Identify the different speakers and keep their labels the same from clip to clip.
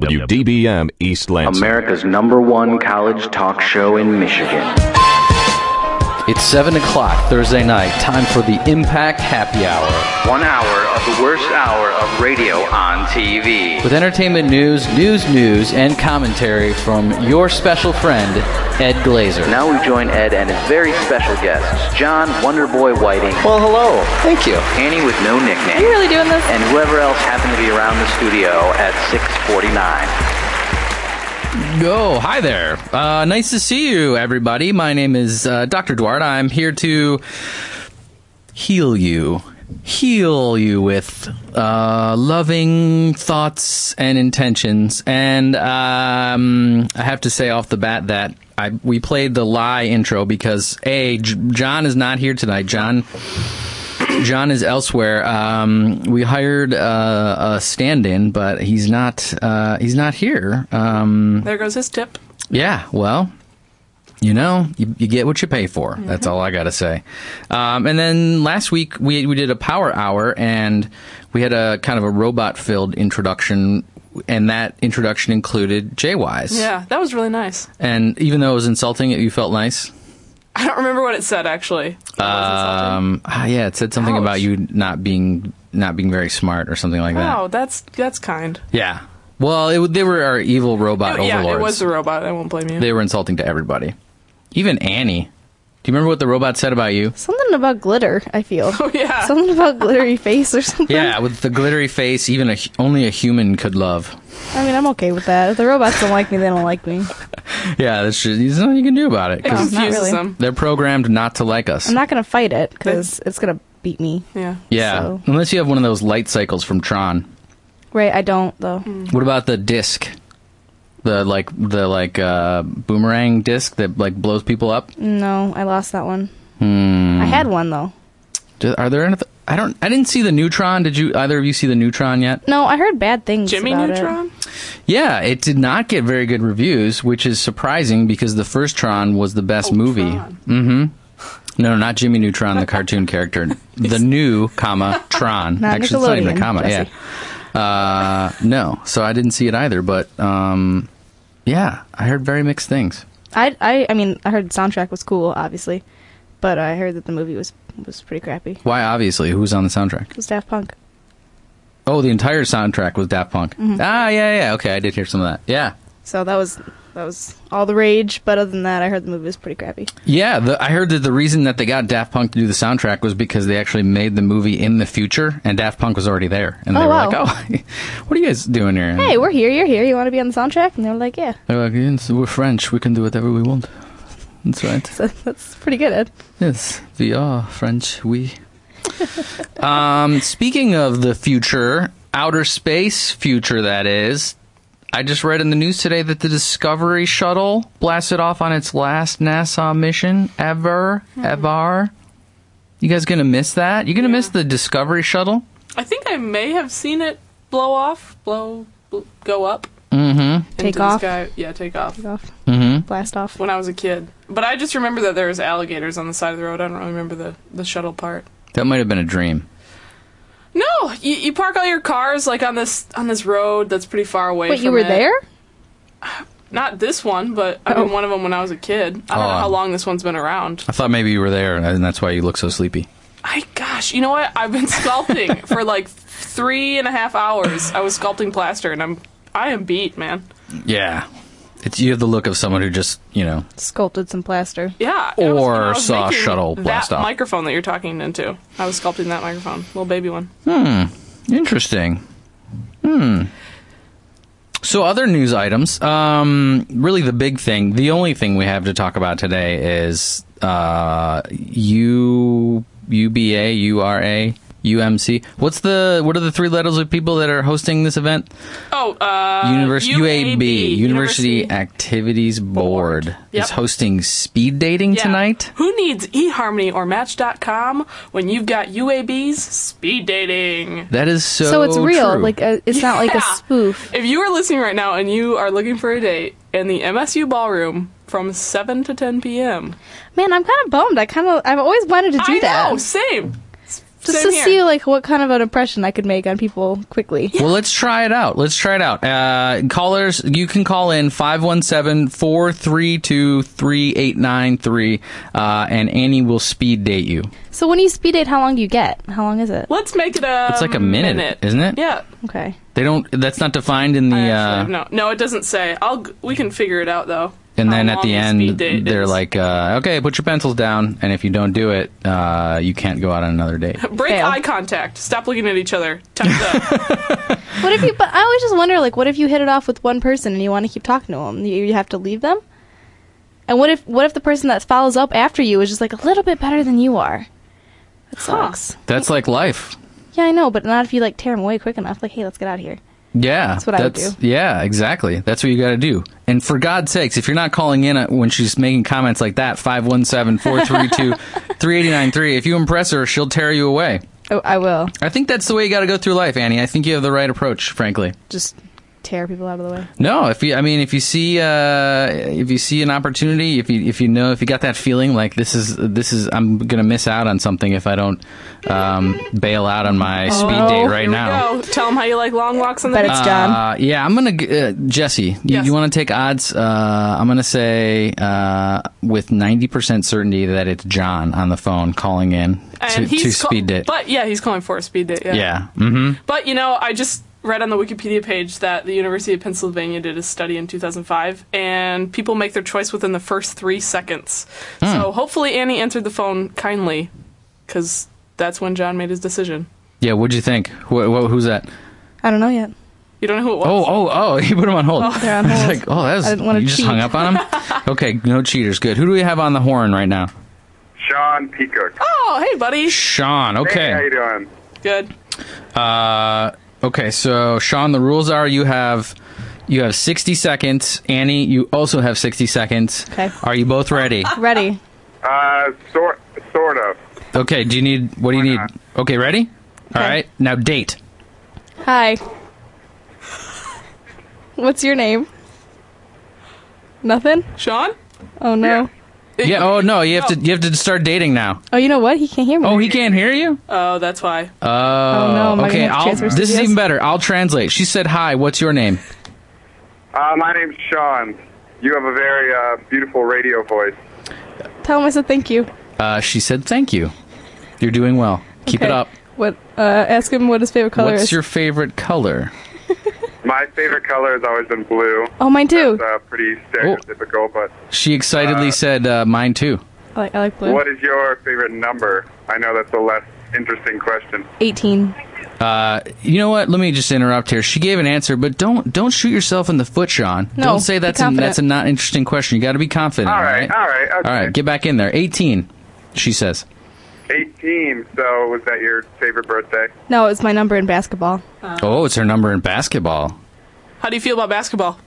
Speaker 1: WDBM East Lansing.
Speaker 2: America's number one college talk show in Michigan.
Speaker 3: It's 7 o'clock Thursday night, time for the Impact Happy Hour.
Speaker 2: One hour of the worst hour of radio on TV.
Speaker 3: With entertainment news, news, news, and commentary from your special friend, Ed Glazer.
Speaker 2: Now we join Ed and his very special guests, John Wonderboy Whiting,
Speaker 3: well, hello. Thank you.
Speaker 2: Annie with no nickname,
Speaker 4: Are you really doing this?
Speaker 2: and whoever else happened to be around the studio at 649.
Speaker 3: Go. Hi there. Uh, nice to see you, everybody. My name is uh, Dr. Duarte. I'm here to heal you. Heal you with uh, loving thoughts and intentions. And um, I have to say off the bat that I, we played the lie intro because A, J- John is not here tonight. John John is elsewhere. Um, we hired uh, a stand-in, but he's not. Uh, he's not here. Um,
Speaker 4: There goes his tip.
Speaker 3: yeah. Well, you know, you, you get what you pay for.
Speaker 4: Mm-hmm.
Speaker 3: That's all I got to say. Um, and then last week we we did a power hour, and we had a kind of a robot-filled introduction, and that introduction included Jay Wise.
Speaker 4: Yeah, that was really nice.
Speaker 3: And even though it was insulting, it you felt nice.
Speaker 4: I don't remember what it said actually. Um,
Speaker 3: Um, ah, yeah, it said something
Speaker 4: Ouch.
Speaker 3: about you not being not being very smart or something like that.
Speaker 4: wow, that's that's kind. Oh,
Speaker 3: Yeah. Well, it, w- they were our evil robot
Speaker 4: yeah,
Speaker 3: overlords.
Speaker 4: it was the robot. I won't blame you.
Speaker 3: they were insulting to everybody, even Annie. Do you remember what the robot said about you?
Speaker 5: Something about glitter, I feel.
Speaker 4: Oh, yeah.
Speaker 5: Something about glittery face or something.
Speaker 3: Yeah, with the glittery face, even a, hu- only a human could love.
Speaker 5: I mean, I'm okay with that. If the robots don't like me, they don't like me.
Speaker 3: Yeah, that's just, there's nothing you can do about it.
Speaker 4: it
Speaker 3: 'cause
Speaker 4: confuses
Speaker 5: really.
Speaker 4: them.
Speaker 3: They're programmed not to like us.
Speaker 5: I'm not going to fight it because it's going to beat me.
Speaker 4: Yeah.
Speaker 3: yeah,
Speaker 5: so-
Speaker 3: unless you have one of those light cycles from Tron.
Speaker 5: Right, I don't, though.
Speaker 4: Mm.
Speaker 3: What about the disc? The like the like uh, boomerang disc that like blows people up.
Speaker 5: No, I lost that one. I had one, though.
Speaker 3: Do- Are there? Anyth- I don't. I didn't see the neutron. Did you? Either of you see the neutron yet?
Speaker 5: No, I heard bad things
Speaker 4: Jimmy
Speaker 5: about
Speaker 4: Neutron.
Speaker 3: Yeah, it did not get very good reviews, which is surprising because the first Tron was the best
Speaker 5: Oh,
Speaker 3: movie.
Speaker 4: Tron.
Speaker 3: Mm-hmm. No, not Jimmy Neutron, the cartoon character. The new, comma, Tron.
Speaker 5: Not
Speaker 3: Actually, it's not even a
Speaker 5: Nickelodeon,
Speaker 3: comma,
Speaker 5: Jesse.
Speaker 3: yeah. Uh, no, so I didn't see it either, but um, yeah, I heard very mixed things.
Speaker 5: it. I, I, I mean, I heard the soundtrack was cool, obviously, but I heard that the movie was was pretty crappy. It
Speaker 3: Why, obviously, who was on the soundtrack?
Speaker 5: was Daft Punk.
Speaker 3: Oh, the entire soundtrack was Daft Punk.
Speaker 5: Mm-hmm.
Speaker 3: Ah, yeah, yeah, okay, I did hear some of that. Yeah.
Speaker 5: So that was that was all the rage, but other than that, I heard the movie was pretty crappy.
Speaker 3: Yeah, the, I heard that the reason that they got Daft Punk to do the soundtrack was because they actually made the movie in the future, and Daft Punk was already there, and they
Speaker 5: Oh,
Speaker 3: were
Speaker 5: wow.
Speaker 3: like, "Oh, what are you guys doing here?" And
Speaker 5: Hey, we're here, you're here, you want to be on the soundtrack? And they were like, yeah.
Speaker 3: they're like, "Yes, "We're French. We can do whatever we want." That's right.
Speaker 5: So that's pretty good, Ed.
Speaker 3: Yes, we are French. We. um, speaking of the future, outer space future, that is. I just read in the news today that the Discovery shuttle blasted off on its last NASA mission ever, ever. You guys gonna miss that? You gonna miss the Discovery shuttle?
Speaker 4: I think I may have seen it blow off, blow, bl- go up, mm-hmm.
Speaker 5: Take off.
Speaker 4: The sky. Yeah, take off.
Speaker 5: Off.
Speaker 3: Mm-hmm.
Speaker 5: Blast off.
Speaker 4: When I was a kid, but I just remember that there was alligators on the side of the road. I don't really remember the the shuttle part.
Speaker 3: That might have been a dream.
Speaker 4: No, you, you park all your cars like on this on this road that's pretty far away.
Speaker 5: Wait, you
Speaker 4: from
Speaker 5: were
Speaker 4: it.
Speaker 5: there?
Speaker 4: Not this one, but I mean one of them when I was a kid. I don't
Speaker 3: Oh.
Speaker 4: know how long this one's been around.
Speaker 3: I thought maybe you were there, and that's why you look so sleepy.
Speaker 4: I gosh, you know what? I've been sculpting for like three and a half hours. I was sculpting plaster, and I'm I am beat, man.
Speaker 3: Yeah, it's you have the look of someone who just you know
Speaker 5: Sculpted some plaster.
Speaker 4: Yeah. and I was-
Speaker 3: Or
Speaker 4: and I was
Speaker 3: saw a
Speaker 4: making
Speaker 3: shuttle blast
Speaker 4: that
Speaker 3: off.
Speaker 4: microphone that you're talking into. I was sculpting that microphone, little baby one.
Speaker 3: Interesting. Hmm. So, other news items. Um, really, the big thing, the only thing we have to talk about today is uh, U UBA URA UMC. What's the what are the three letters of people that are hosting this event?
Speaker 4: Oh, uh,
Speaker 3: Univers-
Speaker 4: UAB,
Speaker 3: University Activities Board,
Speaker 4: Yep.
Speaker 3: is hosting speed dating
Speaker 4: Yeah.
Speaker 3: tonight.
Speaker 4: Who needs eHarmony or Match.com when you've got UABs speed dating?
Speaker 3: That is so.
Speaker 5: So it's real.
Speaker 3: true.
Speaker 5: Like uh, it's not like
Speaker 4: Yeah.
Speaker 5: a spoof.
Speaker 4: If you are listening right now and you are looking for a date in the MSU ballroom from 7 to 10 p.m.
Speaker 5: Man, I'm kind of bummed. I kind of I've always wanted to do
Speaker 4: I
Speaker 5: that.
Speaker 4: know, same. It's
Speaker 5: Just
Speaker 4: Same
Speaker 5: to
Speaker 4: here.
Speaker 5: see like what kind of an impression I could make on people quickly.
Speaker 3: Well, let's try it out. Let's try it out. Uh, callers, you can call in 517-432-3893, uh, and Annie will speed date you.
Speaker 5: So when you speed date, how long do you get? How long is it?
Speaker 4: Let's make it a.
Speaker 3: It's like a minute, isn't it?
Speaker 4: Um, Yeah.
Speaker 5: Okay.
Speaker 3: They don't, that's not defined in the,
Speaker 4: I actually
Speaker 3: uh,
Speaker 4: have no, no, it doesn't say. I'll. g- We can figure it out though.
Speaker 3: and
Speaker 4: how
Speaker 3: then at
Speaker 4: long
Speaker 3: the
Speaker 4: speed
Speaker 3: end,
Speaker 4: date
Speaker 3: they're
Speaker 4: is.
Speaker 3: like, uh, okay, put your pencils down, and if you don't do it, uh, you can't go out on another date.
Speaker 4: break
Speaker 5: Fail.
Speaker 4: eye contact. Stop looking at each other. Time's up.
Speaker 5: What if you? But I always just wonder, like, what if you hit it off with one person and you want to keep talking to them? You, you have to leave them. And what if? What if the person that follows up after you is just like a little bit better than you are? That sucks.
Speaker 3: That's like life.
Speaker 5: Yeah, I know, but not if you like tear them away quick enough. Like, hey, let's get out of here.
Speaker 3: Yeah,
Speaker 5: That's what I would do.
Speaker 3: Yeah, exactly. That's what you got to do. And for God's sakes, if you're not calling in uh, when she's making comments like that, 517-432-3893, if you impress her, she'll tear you away.
Speaker 5: Oh, I will
Speaker 3: I think that's the way you got to go through life, Annie. I think you have the right approach, frankly.
Speaker 5: just tear people out of the way.
Speaker 3: No, if you, I mean, if you see, uh, if you see an opportunity, if you, if you know, if you got that feeling like this is, this is, I'm gonna miss out on something if I don't um, bail out on my
Speaker 5: Oh,
Speaker 3: speed date right
Speaker 4: Here we
Speaker 3: now.
Speaker 4: go. Tell them how you like long walks on the
Speaker 5: But
Speaker 4: beach.
Speaker 5: it's John.
Speaker 3: Uh, yeah, I'm gonna g- uh, Jesse. You,
Speaker 4: Yes.
Speaker 3: you want to take odds? Uh, I'm gonna say uh, with 90 percent certainty that it's John on the phone calling in to,
Speaker 4: And he's
Speaker 3: to
Speaker 4: call-
Speaker 3: speed date.
Speaker 4: But yeah, he's calling for a speed date. Yeah.
Speaker 3: yeah, hmm
Speaker 4: But you know, I just read on the Wikipedia page that the University of Pennsylvania did a study in 2005, and people make their choice within the first three seconds.
Speaker 3: Hmm.
Speaker 4: So hopefully, Annie answered the phone kindly, because that's when John made his decision.
Speaker 3: yeah. What'd you think? Wh- wh- who's that?
Speaker 5: I don't know yet.
Speaker 4: You don't know who it was.
Speaker 3: Oh, oh, oh! He put him on hold.
Speaker 5: They're on
Speaker 3: I was
Speaker 5: hold.
Speaker 3: like, oh, that was,
Speaker 5: I didn't wanna
Speaker 3: you just
Speaker 5: cheat.
Speaker 3: hung up on him. okay, no cheaters. Good. Who do we have on the horn right now?
Speaker 1: Sean Peacock.
Speaker 4: Oh, hey, buddy.
Speaker 3: Sean.
Speaker 1: Hey, how
Speaker 3: Okay.
Speaker 1: you doing?
Speaker 4: Good.
Speaker 3: Uh, okay. So Sean, the rules are you have. You have 60 seconds. Annie, you also have 60 seconds.
Speaker 5: Okay.
Speaker 3: Are you both ready?
Speaker 5: Ready?
Speaker 1: Uh, sort sort of.
Speaker 3: Okay, do you need what do you need?
Speaker 1: not?
Speaker 3: Okay, ready? All
Speaker 5: Okay.
Speaker 3: right. Now date.
Speaker 5: Hi. What's your name? Nothing.
Speaker 4: Sean?
Speaker 5: Oh no.
Speaker 1: Yeah.
Speaker 3: Yeah, oh no, you have to
Speaker 4: No.
Speaker 3: you have to start dating now.
Speaker 5: Oh, you know what? He can't hear me.
Speaker 3: Oh, he can't hear you?
Speaker 4: Oh, that's why.
Speaker 3: Oh,
Speaker 5: no, am I
Speaker 3: okay.
Speaker 5: gonna have to
Speaker 3: I'll,
Speaker 5: transfer
Speaker 3: this is
Speaker 5: studios?
Speaker 3: even better. I'll translate. She said, "Hi, what's your name?"
Speaker 1: Uh, my name's Sean. You have a very uh, beautiful radio voice.
Speaker 5: Tell him I said thank you.
Speaker 3: Uh, she said, "Thank you. You're doing well. Keep it
Speaker 5: Okay.
Speaker 3: up.
Speaker 5: What? Uh, ask him what his favorite color
Speaker 3: what's
Speaker 5: is.
Speaker 3: your favorite color?"
Speaker 1: My favorite color has always been blue.
Speaker 5: oh, mine too.
Speaker 1: It's uh, pretty stereotypical, but
Speaker 3: She excitedly said, uh, "Mine too."
Speaker 5: I like, I like blue.
Speaker 1: what is your favorite number? I know that's a less interesting question.
Speaker 5: 18.
Speaker 3: You know what? Let me just interrupt here. She gave an answer, but don't don't shoot yourself in the foot, Sean.
Speaker 5: No,
Speaker 3: don't say
Speaker 5: be
Speaker 3: that's a,
Speaker 5: confident.
Speaker 3: that's a not interesting question. You got to be confident.
Speaker 1: All right, all right, okay.
Speaker 3: All right, get back in there. 18, she says.
Speaker 1: 18. So was that your favorite birthday?
Speaker 5: No, it's my number in basketball.
Speaker 3: Oh, it's her number in basketball.
Speaker 4: How do you feel about basketball?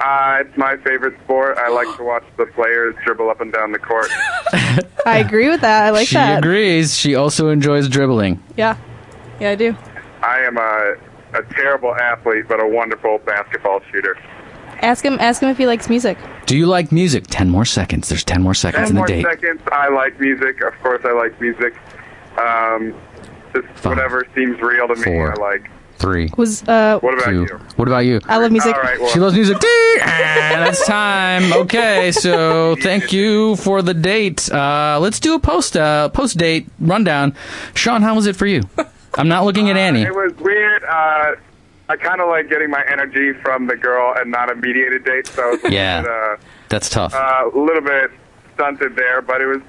Speaker 1: Uh, it's my favorite sport. I like to watch the players dribble up and down the court.
Speaker 5: I agree with that. I like
Speaker 3: she
Speaker 5: that.
Speaker 3: agrees. She also enjoys dribbling.
Speaker 5: Yeah. Yeah, I do.
Speaker 1: I am a, a terrible athlete, but a wonderful basketball shooter.
Speaker 5: Ask him. Ask him if he likes music.
Speaker 3: Do you like music? 10 more seconds. There's 10 more seconds
Speaker 1: Ten
Speaker 3: in the
Speaker 1: more
Speaker 3: date.
Speaker 1: seconds. I like music. Of course, I like music. Um, just
Speaker 3: Five,
Speaker 1: whatever seems real to me,
Speaker 3: four,
Speaker 1: I like.
Speaker 3: Three,
Speaker 5: Was uh.
Speaker 1: What about
Speaker 3: two.
Speaker 1: you?
Speaker 3: What about you?
Speaker 5: I love music.
Speaker 1: All right. Well,
Speaker 3: She loves music. Dee! Ah, That's time. Okay, so thank you for the date. Uh, let's do a post uh, post date rundown. Sean, how was it for you? I'm not looking at Annie.
Speaker 1: Uh, it was weird. Uh, I kind of like getting my energy from the girl and not a mediated date, so I was a
Speaker 3: Yeah.
Speaker 1: little
Speaker 3: That's tough.
Speaker 1: bit, uh, a little bit stunted there, but it was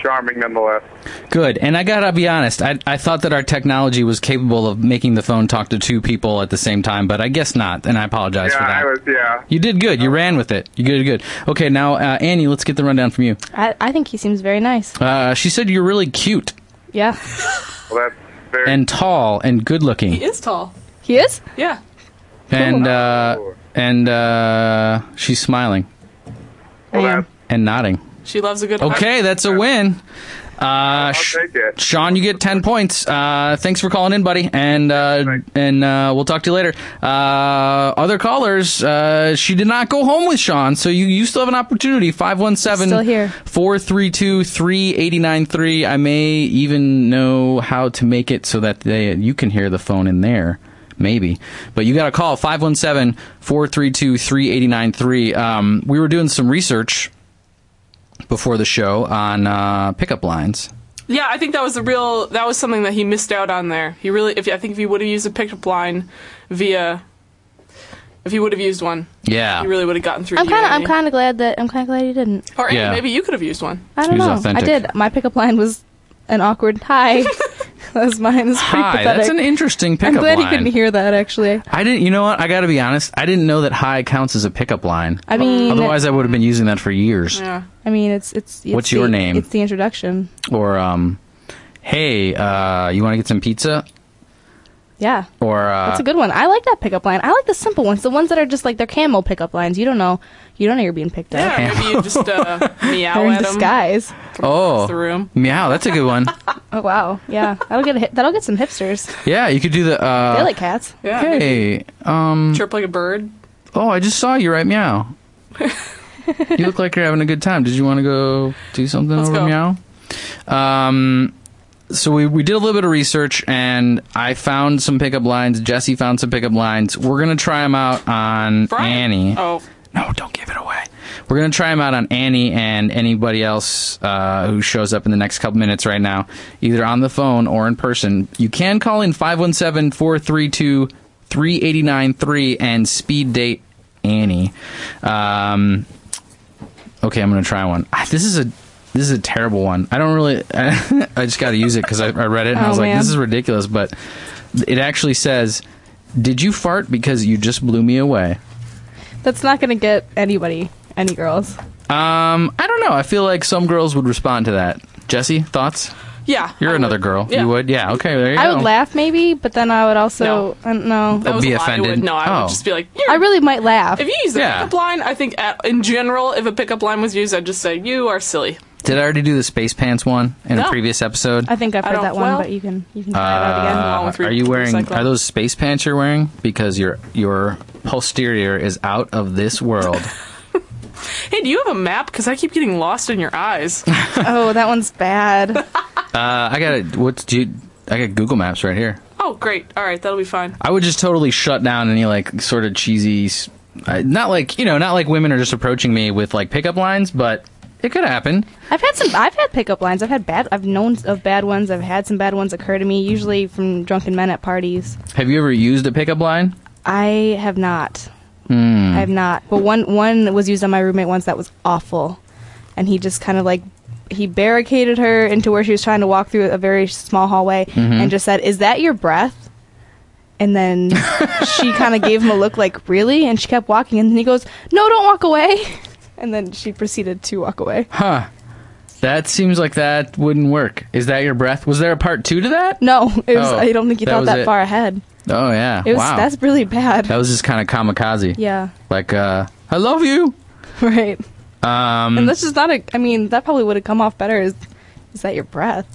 Speaker 1: charming nonetheless.
Speaker 3: Good. And I gotta be honest, I, I thought that our technology was capable of making the phone talk to two people at the same time, but I guess not. And I apologize
Speaker 1: Yeah,
Speaker 3: for that.
Speaker 1: I was. Yeah.
Speaker 3: you did good. You ran with it. You did good. Okay, now uh, Annie, let's get the rundown from you.
Speaker 5: I, I think he seems very nice.
Speaker 3: Uh, she said you're really cute
Speaker 5: Yeah.
Speaker 1: Well, that's very.
Speaker 3: and tall and good
Speaker 4: He
Speaker 3: looking,
Speaker 4: is tall.
Speaker 5: He is.
Speaker 4: Yeah.
Speaker 3: and uh, and uh, she's smiling
Speaker 5: I
Speaker 1: well,
Speaker 5: am.
Speaker 1: that's
Speaker 3: and nodding.
Speaker 4: She loves a good
Speaker 3: Okay, that's a win. Uh,
Speaker 1: I'll take it.
Speaker 3: Sean, you get 10 points. Uh, thanks for calling in, buddy. And uh,
Speaker 1: Thanks.
Speaker 3: and uh, we'll talk to you later. Uh, other callers, uh, she did not go home with Sean, so you, you still have an opportunity. 517
Speaker 5: Still here.
Speaker 3: 432 3893. I may even know how to make it so that they, you can hear the phone in there. Maybe. But you got to call 517 432 3893. Um, We were doing some research before the show on uh, pickup lines.
Speaker 4: Yeah, I think that was the real. That was something that he missed out on there. He really, if I think if he would have used a pickup line via, if he would have used one,
Speaker 3: Yeah.
Speaker 4: he really would have gotten through.
Speaker 5: I'm
Speaker 4: to you,
Speaker 5: kind of I'm
Speaker 4: Andy.
Speaker 5: kind of glad that I'm kind of glad you didnn't.
Speaker 4: Or Andy,
Speaker 3: Yeah.
Speaker 4: maybe you could have used one.
Speaker 5: I don't
Speaker 3: He was
Speaker 5: know.
Speaker 3: authentic.
Speaker 5: I did. My pickup line was an awkward hi. that was mine. It was pretty
Speaker 3: Hi,
Speaker 5: pathetic.
Speaker 3: that's an interesting
Speaker 5: I'm
Speaker 3: pickup
Speaker 5: glad
Speaker 3: line.
Speaker 5: you couldn't hear that actually.
Speaker 3: I didn't. You know what? I got to be honest. I didn't know that high counts as a pickup line.
Speaker 5: I mean,
Speaker 3: Otherwise, I would have been using that for years.
Speaker 4: Yeah.
Speaker 5: I mean, it's it's. it's
Speaker 3: What's
Speaker 5: the-
Speaker 3: your name?
Speaker 5: It's the introduction.
Speaker 3: Or, um, hey, uh, you want to get some pizza?
Speaker 5: Yeah,
Speaker 3: Or uh,
Speaker 5: that's a good one. I like that pickup line. I like the simple ones, the ones that are just like they're camel pickup lines. You don't know, you don't know you're being picked up.
Speaker 4: Yeah, or maybe you just uh, meow
Speaker 5: They're in
Speaker 4: at him
Speaker 5: disguise.
Speaker 3: oh,
Speaker 4: the room.
Speaker 3: meow. That's a good one.
Speaker 5: Oh wow, yeah, that'll get a hit, that'll get some hipsters.
Speaker 3: yeah, you could do the. Uh,
Speaker 5: they like cats.
Speaker 4: Yeah, maybe
Speaker 3: hey, um,
Speaker 4: chirp like a bird.
Speaker 3: oh, I just saw you right meow. you look like you're having a good time. Did you want to go do something
Speaker 4: Let's
Speaker 3: over
Speaker 4: go.
Speaker 3: meow? Um, so we, we did a little bit of research and I found some pickup lines. Jesse found some pickup lines. We're going to try them out on
Speaker 4: Brian.
Speaker 3: Annie.
Speaker 4: Oh,
Speaker 3: No, don't give it away. We're going to try them out on Annie and anybody else uh, who shows up in the next couple minutes right now, either on the phone or in person. You can call in 517 432 3893 and speed date Annie. Um, okay, I'm going to try one. Ah, This is a. This is a terrible one. I don't really. I just got to use it because I, I read it and I
Speaker 5: Oh,
Speaker 3: was like,
Speaker 5: man.
Speaker 3: "This is ridiculous." But it actually says, "Did you fart because you just blew me away?"
Speaker 5: That's not gonna get anybody, any girls.
Speaker 3: Um, I don't know. I feel like some girls would respond to that. Jesse, thoughts?
Speaker 4: yeah.
Speaker 3: You're
Speaker 4: I
Speaker 3: another
Speaker 4: would.
Speaker 3: girl.
Speaker 4: Yeah.
Speaker 3: You would? Yeah. Okay. There you
Speaker 5: I
Speaker 3: go.
Speaker 5: would laugh maybe, but then I would also
Speaker 4: No.
Speaker 5: I don't know.
Speaker 4: That was
Speaker 3: Be
Speaker 4: a lie. I would-
Speaker 3: offended.
Speaker 4: No, I
Speaker 3: Oh.
Speaker 4: would just be like, you're
Speaker 5: I really might laugh.
Speaker 4: If you use the
Speaker 3: Yeah.
Speaker 4: pickup line, I think at, in general, if a pickup line was used, I'd just say you are silly.
Speaker 3: Did I already do the space pants one in a
Speaker 4: No.
Speaker 3: previous episode?
Speaker 5: I think I've
Speaker 4: I
Speaker 5: heard
Speaker 4: don't-
Speaker 5: that one,
Speaker 4: well-
Speaker 5: but you can you can try it out again.
Speaker 4: Uh,
Speaker 3: Uh,
Speaker 4: with re-
Speaker 3: are you wearing?
Speaker 4: recycling.
Speaker 3: Are those space pants you're wearing? Because your your posterior is out of this world.
Speaker 4: Hey, do you have a map? Because I keep getting lost in your eyes.
Speaker 5: Oh, that one's bad.
Speaker 3: uh, I got it. What's do you? I got Google Maps right here.
Speaker 4: oh, great. All right, that'll be fine.
Speaker 3: I would just totally shut down any like sort of cheesy, s- I- not like you know, not like women are just approaching me with like pickup lines, but it could happen.
Speaker 5: I've had some. I've had pickup lines. I've had bad. I've known of bad ones. I've had some bad ones occur to me, usually from drunken men at parties.
Speaker 3: Have you ever used a pickup line?
Speaker 5: I have not.
Speaker 3: Hmm.
Speaker 5: I have not. But one one was used on my roommate once. That was awful, and he just kind of like he barricaded her into where she was trying to walk through a very small hallway,
Speaker 3: Mm-hmm.
Speaker 5: and just said, "Is that your breath?" And then she kind of gave him a look like, "Really?" And she kept walking, and then he goes, "No, don't walk away." And then she proceeded to walk away.
Speaker 3: That seems like that wouldn't work. Is that your breath? Was there a part two to that?
Speaker 5: No, it was.
Speaker 3: Oh,
Speaker 5: I don't think he
Speaker 3: that
Speaker 5: thought
Speaker 3: was
Speaker 5: that
Speaker 3: it.
Speaker 5: far ahead.
Speaker 3: Oh yeah.
Speaker 5: It was
Speaker 3: wow.
Speaker 5: that's really bad.
Speaker 3: that was just kind of kamikaze.
Speaker 5: yeah,
Speaker 3: Like, uh, I love you.
Speaker 5: right.
Speaker 3: Um,
Speaker 5: And that's just not a. I mean, that probably would have come off better. Is, is that your breath?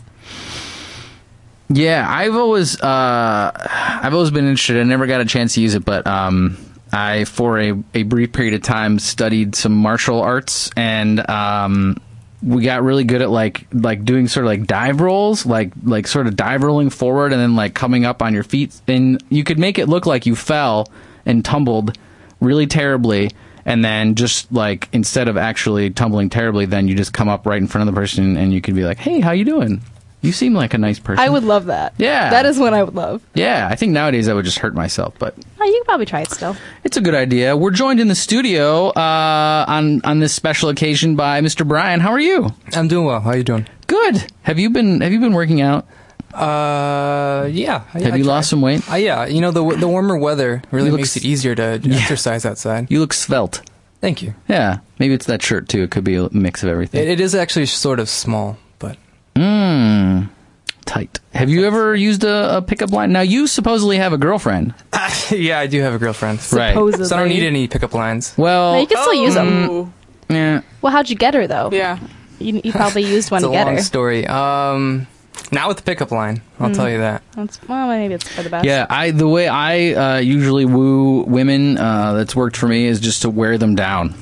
Speaker 3: yeah, I've always, uh, I've always been interested. I never got a chance to use it, but um, I for a, a brief period of time studied some martial arts, and um, we got really good at like like doing sort of like dive rolls, like like sort of dive rolling forward and then like coming up on your feet, and you could make it look like you fell and tumbled really terribly. And then just like instead of actually tumbling terribly, then you just come up right in front of the person and you could be like, "Hey, how you doing? You seem like a nice person."
Speaker 5: I would love that.
Speaker 3: Yeah.
Speaker 5: that is one I would love.
Speaker 3: Yeah, I think nowadays I would just hurt myself, but
Speaker 5: Oh, you can probably try it still.
Speaker 3: it's a good idea. We're joined in the studio uh, on on this special occasion by Mr. Brian. How are you?
Speaker 6: I'm doing well. How are you doing?
Speaker 3: Good. Have you been Have you been working out?
Speaker 6: Uh, yeah. I,
Speaker 3: Have you lost some weight?
Speaker 6: Uh, yeah, you know the w- the warmer weather really
Speaker 3: You look
Speaker 6: makes
Speaker 3: s-
Speaker 6: it easier to exercise outside.
Speaker 3: You look svelte.
Speaker 6: Thank you.
Speaker 3: Yeah, maybe it's that shirt too. It could be a mix of
Speaker 6: It,
Speaker 3: everything.
Speaker 6: it is actually sort of small, but
Speaker 3: Mmm, tight. Have you ever used a, a pickup line? Now you supposedly have a girlfriend,
Speaker 6: yeah, I do have a girlfriend,
Speaker 3: right?
Speaker 5: Supposedly.
Speaker 6: so I don't need Oh, mm. any pickup lines.
Speaker 5: No, you
Speaker 3: Well,
Speaker 5: can still use them.
Speaker 4: Ooh.
Speaker 3: yeah.
Speaker 5: Well, how'd you get her though?
Speaker 4: Oh. Yeah.
Speaker 5: You, you probably used one
Speaker 6: It's a
Speaker 5: to get
Speaker 6: long
Speaker 5: her.
Speaker 6: story. Um, not with the pickup line. I'll
Speaker 3: Hmm.
Speaker 6: tell you that.
Speaker 5: That's, well, maybe it's for the best.
Speaker 3: Yeah, I the way I uh, usually woo women uh, that's worked for me is just to wear them down.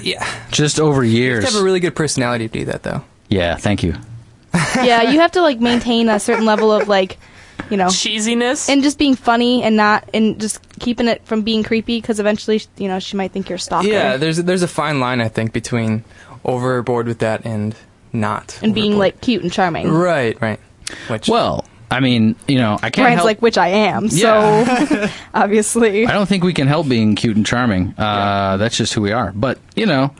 Speaker 6: Yeah.
Speaker 3: Just over
Speaker 6: You
Speaker 3: years.
Speaker 6: have to have a really good personality to do that, though.
Speaker 3: yeah, thank you.
Speaker 5: yeah, you have to like maintain a certain level of like, you know,
Speaker 4: Cheesiness.
Speaker 5: and just being funny and not and just keeping it from being creepy because eventually, you know, she might think you're a stalker.
Speaker 6: Yeah, there's there's a fine line I think between overboard with that and not
Speaker 5: and being
Speaker 6: overboard.
Speaker 5: like cute and charming.
Speaker 6: right, right. Which
Speaker 3: Well, I mean, you know, I can't
Speaker 5: Brian's
Speaker 3: help.
Speaker 5: like, which I am. So obviously,
Speaker 3: I don't think we can help being cute and charming. Uh, That's just who we are. But you know,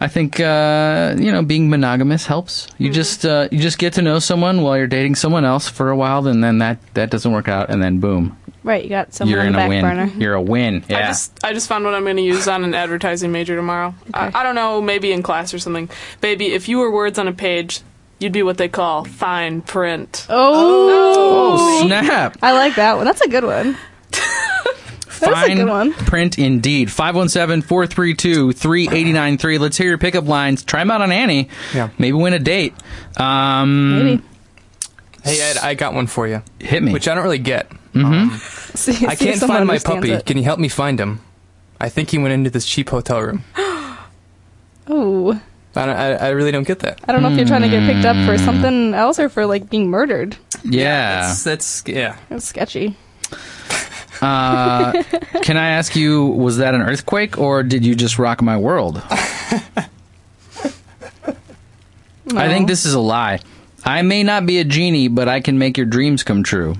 Speaker 3: I think uh, you know being monogamous helps. You
Speaker 5: Mm-hmm.
Speaker 3: just uh, you just get to know someone while you're dating someone else for a while, and then that that doesn't work out, and then boom,
Speaker 5: right? You got someone
Speaker 3: you're
Speaker 5: on
Speaker 3: in
Speaker 5: the
Speaker 3: a
Speaker 5: back
Speaker 3: win.
Speaker 5: burner.
Speaker 3: You're a win. Yeah.
Speaker 4: I just I just found what I'm going to use on an advertising major tomorrow. I, I don't know, maybe in class or something. Baby, if you were words on a page, you'd be what they call fine print.
Speaker 5: Oh,
Speaker 3: oh snap!
Speaker 5: I like that one. That's a good one. That's a
Speaker 3: Fine
Speaker 5: good one.
Speaker 3: print indeed. 517-432-3893. Let's hear your pickup lines. Try them out on Annie.
Speaker 6: Yeah.
Speaker 3: Maybe win a date. Um,
Speaker 5: Maybe.
Speaker 6: hey, Ed, I got one for you,
Speaker 3: Hit me.
Speaker 6: which I don't really get. Um,
Speaker 5: See, Mm-hmm. see
Speaker 6: I
Speaker 5: if
Speaker 6: can't
Speaker 5: someone
Speaker 6: find my
Speaker 5: understands
Speaker 6: puppy.
Speaker 5: It.
Speaker 6: Can you help me find him? I think he went into this cheap hotel room.
Speaker 5: Ooh.
Speaker 6: I, don't, I, I really don't get that.
Speaker 5: I don't know if you're trying to get picked up
Speaker 3: Hmm.
Speaker 5: for something else or for like being murdered.
Speaker 3: yeah.
Speaker 6: That's, that's yeah.
Speaker 5: That's sketchy.
Speaker 3: Can I ask you, was that an earthquake or did you just rock my world? I think this is a lie. I may not be a genie, but I can make your dreams come true.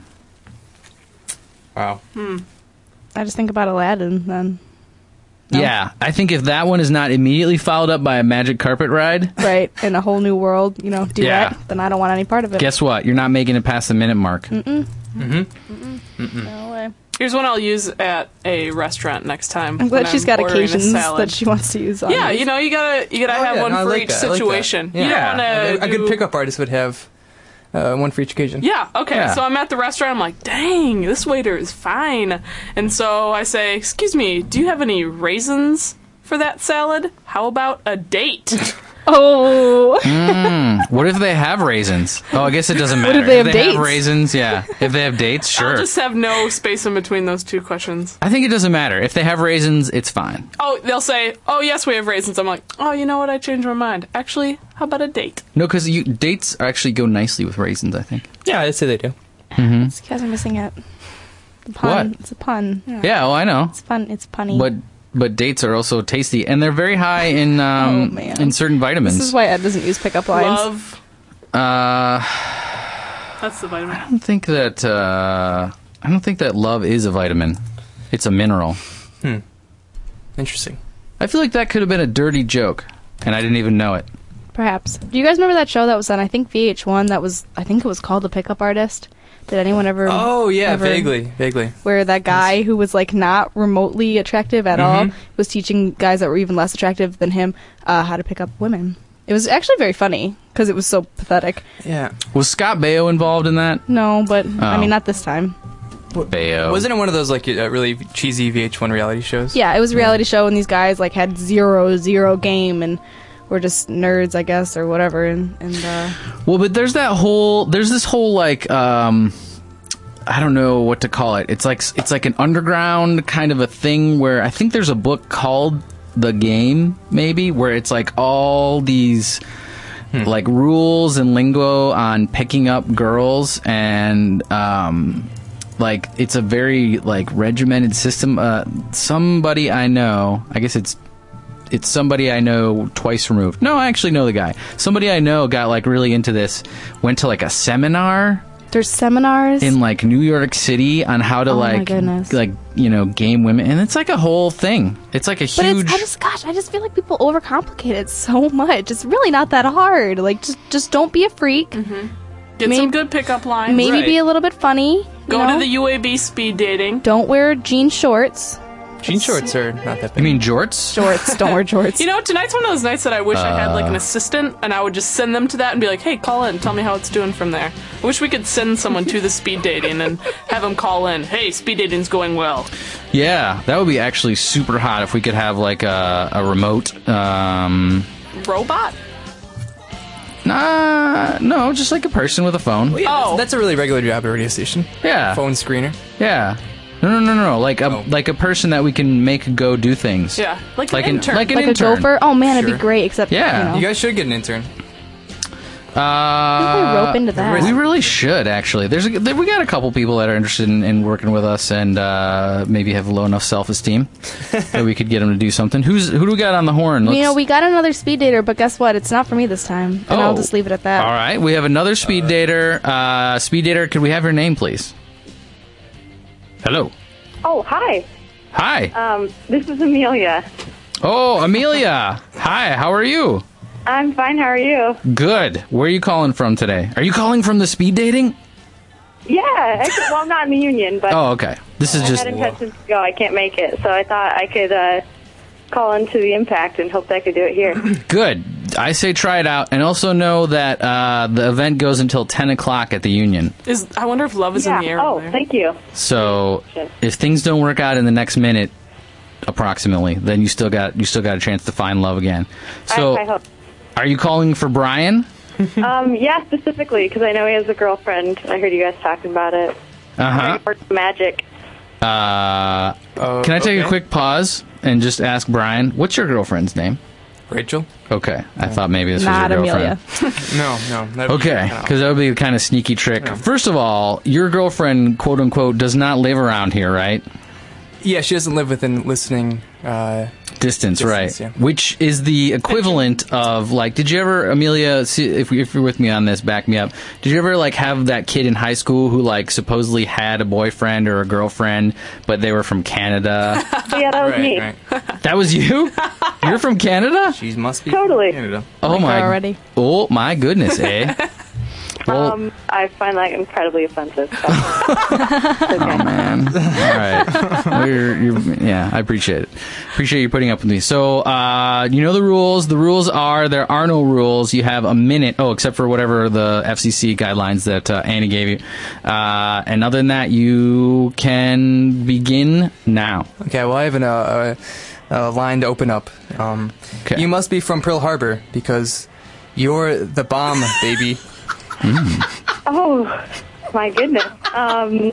Speaker 6: Wow.
Speaker 5: I just think about Aladdin then.
Speaker 3: Yeah, I think if that one is not immediately followed up by a magic carpet ride,
Speaker 5: Right. In a whole new world, you know, duet,
Speaker 3: Yeah.
Speaker 5: then I don't want any part of it.
Speaker 3: guess what? You're not making it past the minute mark.
Speaker 5: Mm. no way.
Speaker 4: Here's one I'll use at a restaurant next time.
Speaker 5: I'm glad she's got occasions that
Speaker 4: salad.
Speaker 5: she wants to use on
Speaker 4: Yeah,
Speaker 5: these.
Speaker 4: you know, you gotta you gotta
Speaker 6: Oh,
Speaker 4: have
Speaker 6: yeah,
Speaker 4: one
Speaker 6: no, I
Speaker 4: for
Speaker 6: like
Speaker 4: each
Speaker 6: that. I like that.
Speaker 4: situation.
Speaker 6: Yeah.
Speaker 3: Yeah,
Speaker 4: You
Speaker 6: A,
Speaker 4: don't wanna
Speaker 6: a good
Speaker 4: do-
Speaker 6: pickup artist would have uh, one for each occasion.
Speaker 4: Yeah, okay.
Speaker 3: Yeah.
Speaker 4: So I'm at the restaurant. I'm like, dang, this waiter is fine. And so I say, excuse me, do you have any raisins for that salad? How about a date?
Speaker 5: Oh.
Speaker 3: Hmm. What if they have raisins? Oh, I guess it doesn't matter.
Speaker 5: if they have dates?
Speaker 3: raisins, yeah. If they have dates,
Speaker 4: I'll
Speaker 3: sure.
Speaker 4: just have no space in between those two questions.
Speaker 3: I think it doesn't matter. If they have raisins, it's fine.
Speaker 4: Oh, they'll say, oh, yes, we have raisins. I'm like, oh, you know what? I changed my mind. Actually, how about a date?
Speaker 3: No, because dates actually go nicely with raisins. I think.
Speaker 6: Yeah, I'd say they do.
Speaker 5: These guys are missing it. The pun.
Speaker 3: What?
Speaker 5: It's a pun. Yeah.
Speaker 3: Yeah, well, I know.
Speaker 5: It's fun. It's punny.
Speaker 3: But but dates are also tasty, and they're very high in
Speaker 5: Oh,
Speaker 3: um,
Speaker 5: man.
Speaker 3: in certain vitamins.
Speaker 5: this is why Ed doesn't use pickup lines.
Speaker 4: Love.
Speaker 3: uh,
Speaker 4: That's the
Speaker 3: I
Speaker 4: vitamin.
Speaker 3: don't think that uh, I don't think that love is a vitamin. It's a mineral.
Speaker 6: Hmm. Interesting.
Speaker 3: I feel like that could have been a dirty joke, and I didn't even know it.
Speaker 5: Perhaps. Do you guys remember that show that was on I think VH1 that was I think it was called The Pickup Artist? Did anyone ever
Speaker 6: Oh yeah,
Speaker 5: ever-
Speaker 6: vaguely, vaguely.
Speaker 5: where that guy who was like not remotely attractive at
Speaker 6: Mm-hmm.
Speaker 5: all was teaching guys that were even less attractive than him uh, how to pick up women. It was actually very funny because it was so pathetic.
Speaker 6: Yeah.
Speaker 3: Was Scott Baio involved in that?
Speaker 5: No, but I
Speaker 3: Oh.
Speaker 5: mean not this time.
Speaker 3: Baio
Speaker 6: Wasn't it one of those like uh, really cheesy VH1 reality shows?
Speaker 5: Yeah, it was a reality show and these guys like had zero zero game and were just nerds, I guess, or whatever. And, and uh,
Speaker 3: Well, but there's that whole there's this whole like um I don't know what to call it. It's like it's like an underground kind of a thing where I think there's a book called The Game maybe where it's like all these like rules and lingo on picking up girls and um like it's a very like regimented system uh somebody I know, I guess it's it's somebody I know twice removed. No, I actually know the guy. Somebody I know got like really into this, went to like a seminar
Speaker 5: there's seminars.
Speaker 3: in like New York City on how to
Speaker 5: Oh my
Speaker 3: like
Speaker 5: goodness.
Speaker 3: like you know game women, and it's like a whole thing. It's like a
Speaker 5: But
Speaker 3: huge.
Speaker 5: it's I just gosh, I just feel like people overcomplicate it so much. It's really not that hard. Like just just don't be a freak.
Speaker 3: Mm-hmm.
Speaker 4: Get
Speaker 5: Maybe-
Speaker 4: some good pickup lines.
Speaker 5: Maybe be
Speaker 6: Right.
Speaker 5: a little bit funny. you
Speaker 4: Go
Speaker 5: know?
Speaker 4: to the UAB speed dating.
Speaker 5: Don't wear jean shorts.
Speaker 6: Jean shorts are not that big.
Speaker 3: you mean jorts?
Speaker 5: Shorts. Don't wear shorts.
Speaker 4: You know, tonight's one of those nights that I wish I had like
Speaker 3: Uh.
Speaker 4: an assistant, and I would just send them to that and be like, "Hey, call in, and tell me how it's doing from there." I wish we could send someone to the speed dating and have them call in. Hey, speed dating's going well.
Speaker 3: Yeah, that would be actually super hot if we could have like a, a remote. Um,
Speaker 4: Robot?
Speaker 3: Nah, no, just like a person with a phone.
Speaker 7: Yeah,
Speaker 4: Oh.
Speaker 7: that's, that's a really regular job at a radio station.
Speaker 3: Yeah.
Speaker 7: Phone screener.
Speaker 3: Yeah. No, no, no, no, no. Like a
Speaker 7: Oh.
Speaker 3: like a person that we can make go do things.
Speaker 4: Yeah, like an intern.
Speaker 3: like an
Speaker 5: like
Speaker 3: intern.
Speaker 5: a gopher. Oh man, it'd
Speaker 7: Sure.
Speaker 5: be great. Except
Speaker 3: Yeah.
Speaker 5: you
Speaker 7: You
Speaker 5: know,
Speaker 7: guys should get an intern.
Speaker 5: I think we
Speaker 3: Uh,
Speaker 5: rope into that.
Speaker 3: We really should actually. There's a, there, we got a couple people that are interested in, in working with us and uh, maybe have low enough self esteem that we could get them to do something. Who's who do we got on the horn?
Speaker 5: you know,
Speaker 3: Let's-
Speaker 5: we got another speed dater, but guess what? It's not for me this time, and I'll
Speaker 3: Oh.
Speaker 5: just leave it at that.
Speaker 3: All right, we have another speed dater. Uh, speed dater, could we have your name, please? Hello.
Speaker 8: Oh, hi.
Speaker 3: Hi.
Speaker 8: Um, this is Amelia.
Speaker 3: oh, Amelia. Hi. How are you?
Speaker 8: I'm fine. How are you?
Speaker 3: Good. Where are you calling from today? Are you calling from the speed
Speaker 8: Uh,
Speaker 3: dating?
Speaker 8: Yeah. I could, well, I'm not in the union, but
Speaker 3: Oh, okay. This is
Speaker 8: I
Speaker 3: just
Speaker 8: had intentions to go. I can't make it, so I thought I could uh, call into the impact and hope that I could do it here.
Speaker 3: good. I say try it out, and also know that uh, the event goes until ten o'clock at the Union.
Speaker 4: Is I wonder if love is
Speaker 8: yeah.
Speaker 4: in the air.
Speaker 8: oh,
Speaker 4: over there.
Speaker 8: thank you.
Speaker 3: So
Speaker 8: Sure.
Speaker 3: if things don't work out in the next minute, approximately, then you still got you still got a chance to find love again. So
Speaker 8: I, I hope.
Speaker 3: are you calling for Brian?
Speaker 8: Um, yeah, specifically because I know he has a girlfriend. I heard you guys talking about it.
Speaker 3: Uh-huh.
Speaker 8: Or magic.
Speaker 3: Uh
Speaker 7: Uh,
Speaker 3: Can I take a
Speaker 7: okay.
Speaker 3: quick pause and just ask Brian, what's your girlfriend's name?
Speaker 7: Rachel?
Speaker 3: Okay, I thought maybe this
Speaker 5: Not
Speaker 3: was your girlfriend.
Speaker 5: Amelia.
Speaker 7: No, no. that'd be-
Speaker 3: Okay,
Speaker 7: no.
Speaker 3: because that would be a kind of sneaky trick. First of all, your girlfriend, quote unquote, does not live around here, right?
Speaker 7: Yeah, she doesn't live within listening. Uh,
Speaker 3: Distance, right?
Speaker 7: Distance, yeah.
Speaker 3: Which is the equivalent of like, did you ever, Amelia? See, if, if you're with me on this, back me up. Did you ever like have that kid in high school who like supposedly had a boyfriend or a girlfriend, but they were from Canada?
Speaker 8: So, yeah, that was me.
Speaker 7: right, right.
Speaker 3: that was you. You're from Canada.
Speaker 7: She must be.
Speaker 8: Totally.
Speaker 7: Canada.
Speaker 3: Oh my!
Speaker 5: already.
Speaker 3: Oh my goodness, eh? Well,
Speaker 8: Um, I find that incredibly offensive. So. It's okay.
Speaker 3: Oh, All right. Well, you're- you're- yeah, I appreciate it. Appreciate you putting up with me. So, uh, you know the rules. The rules are there are no rules. You have a minute. Oh, except for whatever the FCC guidelines that uh, Annie gave you. Uh, and other than that, you can begin now.
Speaker 7: Okay, well, I have an, uh, a, a line to open up. Um,
Speaker 3: 'Kay.
Speaker 7: You must be from Pearl Harbor because you're the bomb, baby.
Speaker 8: Oh my goodness. Um,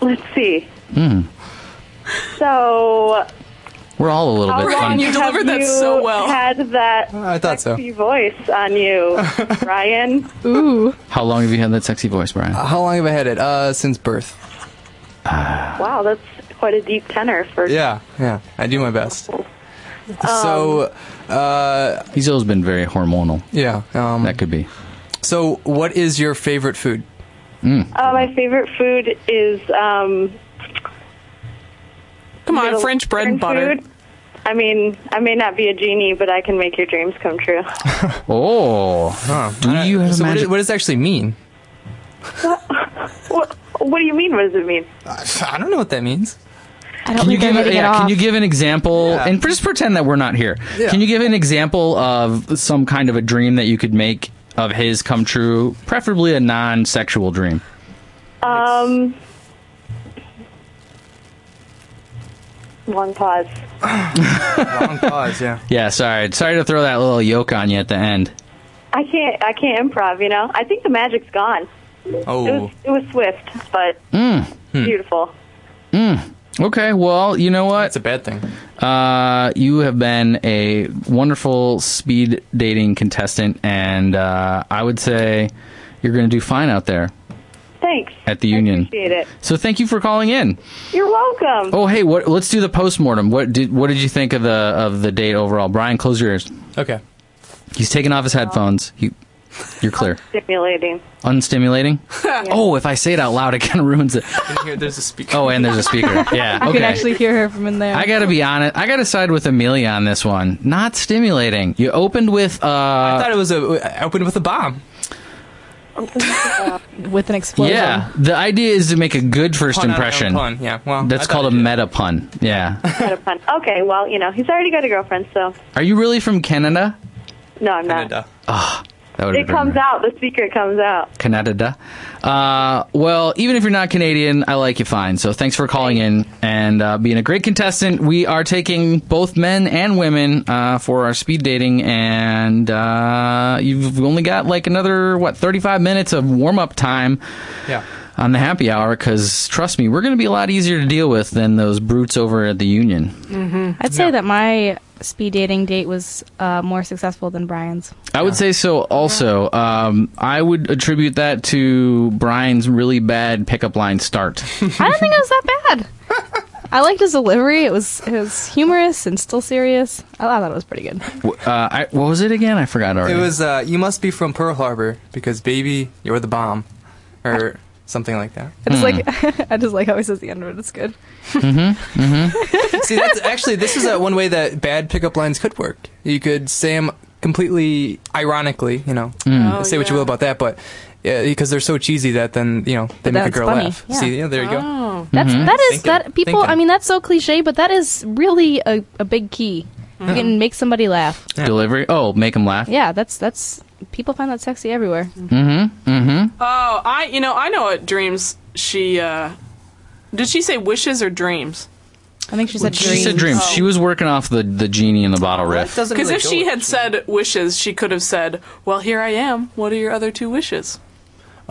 Speaker 8: let's see. So
Speaker 3: We're all a little
Speaker 8: how
Speaker 3: bit
Speaker 8: long
Speaker 3: fun.
Speaker 4: you
Speaker 8: have
Speaker 4: delivered that
Speaker 8: you
Speaker 4: so well.
Speaker 8: Had that
Speaker 7: I thought so.
Speaker 8: sexy voice on you, Ryan.
Speaker 3: How long have you had that sexy voice, Brian?
Speaker 7: How long have I had it? Uh, since birth.
Speaker 3: Ah.
Speaker 8: Wow, that's quite a deep tenor for. Oh.
Speaker 7: Yeah, yeah. I do my best.
Speaker 8: Um,
Speaker 7: so, uh,
Speaker 3: He's always been very hormonal.
Speaker 7: yeah. Um,
Speaker 3: That could be.
Speaker 7: so, what is your favorite food?
Speaker 3: Mm.
Speaker 8: Uh, my favorite food is um,
Speaker 4: Come on,
Speaker 8: Middle
Speaker 4: French bread
Speaker 8: Eastern
Speaker 4: and butter.
Speaker 8: Food. I mean, I may not be a genie, but I can make your dreams come true.
Speaker 3: Oh, do
Speaker 7: Uh,
Speaker 3: you have
Speaker 7: so
Speaker 3: a
Speaker 7: what,
Speaker 3: magic?
Speaker 7: does, what does it actually mean?
Speaker 8: what, what do you mean? What does it mean?
Speaker 7: I don't know what that means.
Speaker 5: I don't
Speaker 3: Can you
Speaker 5: think
Speaker 3: give
Speaker 5: I'm gonna
Speaker 3: it,
Speaker 5: get
Speaker 3: yeah,
Speaker 5: off.
Speaker 3: can you give an example
Speaker 7: Yeah.
Speaker 3: and just pretend that we're not here.
Speaker 7: Yeah.
Speaker 3: Can you give an example of some kind of a dream that you could make of his come true, preferably a non-sexual dream?
Speaker 8: Um, long pause.
Speaker 7: Long pause. Yeah.
Speaker 3: Yeah, sorry. Sorry to throw that little yoke on you at the end.
Speaker 8: I can't. I can't improv. You know. I think the magic's gone. It was,
Speaker 7: Oh, Hmm.
Speaker 8: it was swift, but
Speaker 3: Hmm.
Speaker 8: beautiful.
Speaker 3: Okay, well, you know what?
Speaker 7: that's a bad thing.
Speaker 3: Uh, you have been a wonderful speed dating contestant, and uh, I would say you're going to do fine out there
Speaker 8: Thanks.
Speaker 3: at the
Speaker 8: I
Speaker 3: union.
Speaker 8: appreciate it.
Speaker 3: So thank you for calling in.
Speaker 8: You're welcome.
Speaker 3: Oh, hey, what? Let's do the postmortem. What did What did you think of the of the date overall? Brian, close your ears.
Speaker 7: Okay.
Speaker 3: He's taking off his headphones. You, you're clear.
Speaker 8: Stimulating.
Speaker 3: Unstimulating. Oh, if I say it out loud, it kind of ruins it.
Speaker 7: Here, there's a speaker.
Speaker 3: Oh, and there's a speaker. Yeah.
Speaker 5: You
Speaker 3: Okay.
Speaker 5: can actually hear her from in there.
Speaker 3: I gotta be honest. I gotta side with Amelia on this one. Not stimulating. You opened with
Speaker 7: I
Speaker 3: uh.
Speaker 7: thought it was a I opened with a bomb.
Speaker 5: with an explosion.
Speaker 3: Yeah. The idea is to make a good first
Speaker 7: Pun on my own
Speaker 3: impression.
Speaker 7: pun, Yeah. Well, I
Speaker 3: That's
Speaker 7: thought
Speaker 3: called a
Speaker 7: I did.
Speaker 3: meta pun. Yeah.
Speaker 8: Had a pun. Okay. Well, you know, he's already got a girlfriend, so
Speaker 3: Are you really from Canada?
Speaker 8: no, I'm not.
Speaker 7: Canada.
Speaker 3: That would
Speaker 9: It comes out. The secret comes out.
Speaker 3: Canada. Uh, well, even if you're not Canadian, I like you fine. So thanks for calling in and uh, being a great contestant. We are taking both men and women uh, for our speed dating, and uh, you've only got like another what 35 minutes of warm up time
Speaker 6: Yeah.
Speaker 3: on the happy hour. Because trust me, we're going to be a lot easier to deal with than those brutes over at the union.
Speaker 5: I'd say that my speed dating date was uh, more successful than Brian's.
Speaker 3: I would say so. Also, um, I would attribute that to Brian's really bad pickup line start.
Speaker 5: I don't think it was that bad. I liked his delivery. It was it was humorous and still serious. I I thought it was pretty good.
Speaker 3: Uh, I, what was it again? I forgot already.
Speaker 6: It was, uh, you must be from Pearl Harbor because, baby, you're the bomb. Or something like that.
Speaker 5: I
Speaker 3: Hmm.
Speaker 5: just like I just like how he says the end of it. It's good.
Speaker 6: See, that's actually, this is uh, one way that bad pickup lines could work. You could say them completely ironically, you know.
Speaker 4: Oh,
Speaker 6: say what you
Speaker 4: yeah.
Speaker 6: will about that, but uh, because they're so cheesy that then, you know, they make a
Speaker 5: that's
Speaker 6: girl
Speaker 5: funny,
Speaker 6: laugh.
Speaker 5: yeah.
Speaker 6: See, yeah, there you go.
Speaker 4: Oh,
Speaker 5: That's
Speaker 3: Mm-hmm.
Speaker 5: that is
Speaker 6: Thinking,
Speaker 5: that people. I
Speaker 6: thinking.
Speaker 5: mean, that's so cliche, but that is really a, a big key.
Speaker 3: Mm-hmm.
Speaker 5: You can make somebody laugh.
Speaker 3: delivery. Oh, make them laugh.
Speaker 5: Yeah, that's that's people find that sexy everywhere.
Speaker 4: oh, I you know I know what dreams she uh did she say wishes or dreams?
Speaker 5: I think she said
Speaker 3: She
Speaker 5: dreams.
Speaker 3: said dreams. She was working off the the genie in the bottle riff.
Speaker 6: doesn't
Speaker 4: Because if she had said wishes, she could have said, "Well, here I am. What are your other two wishes?"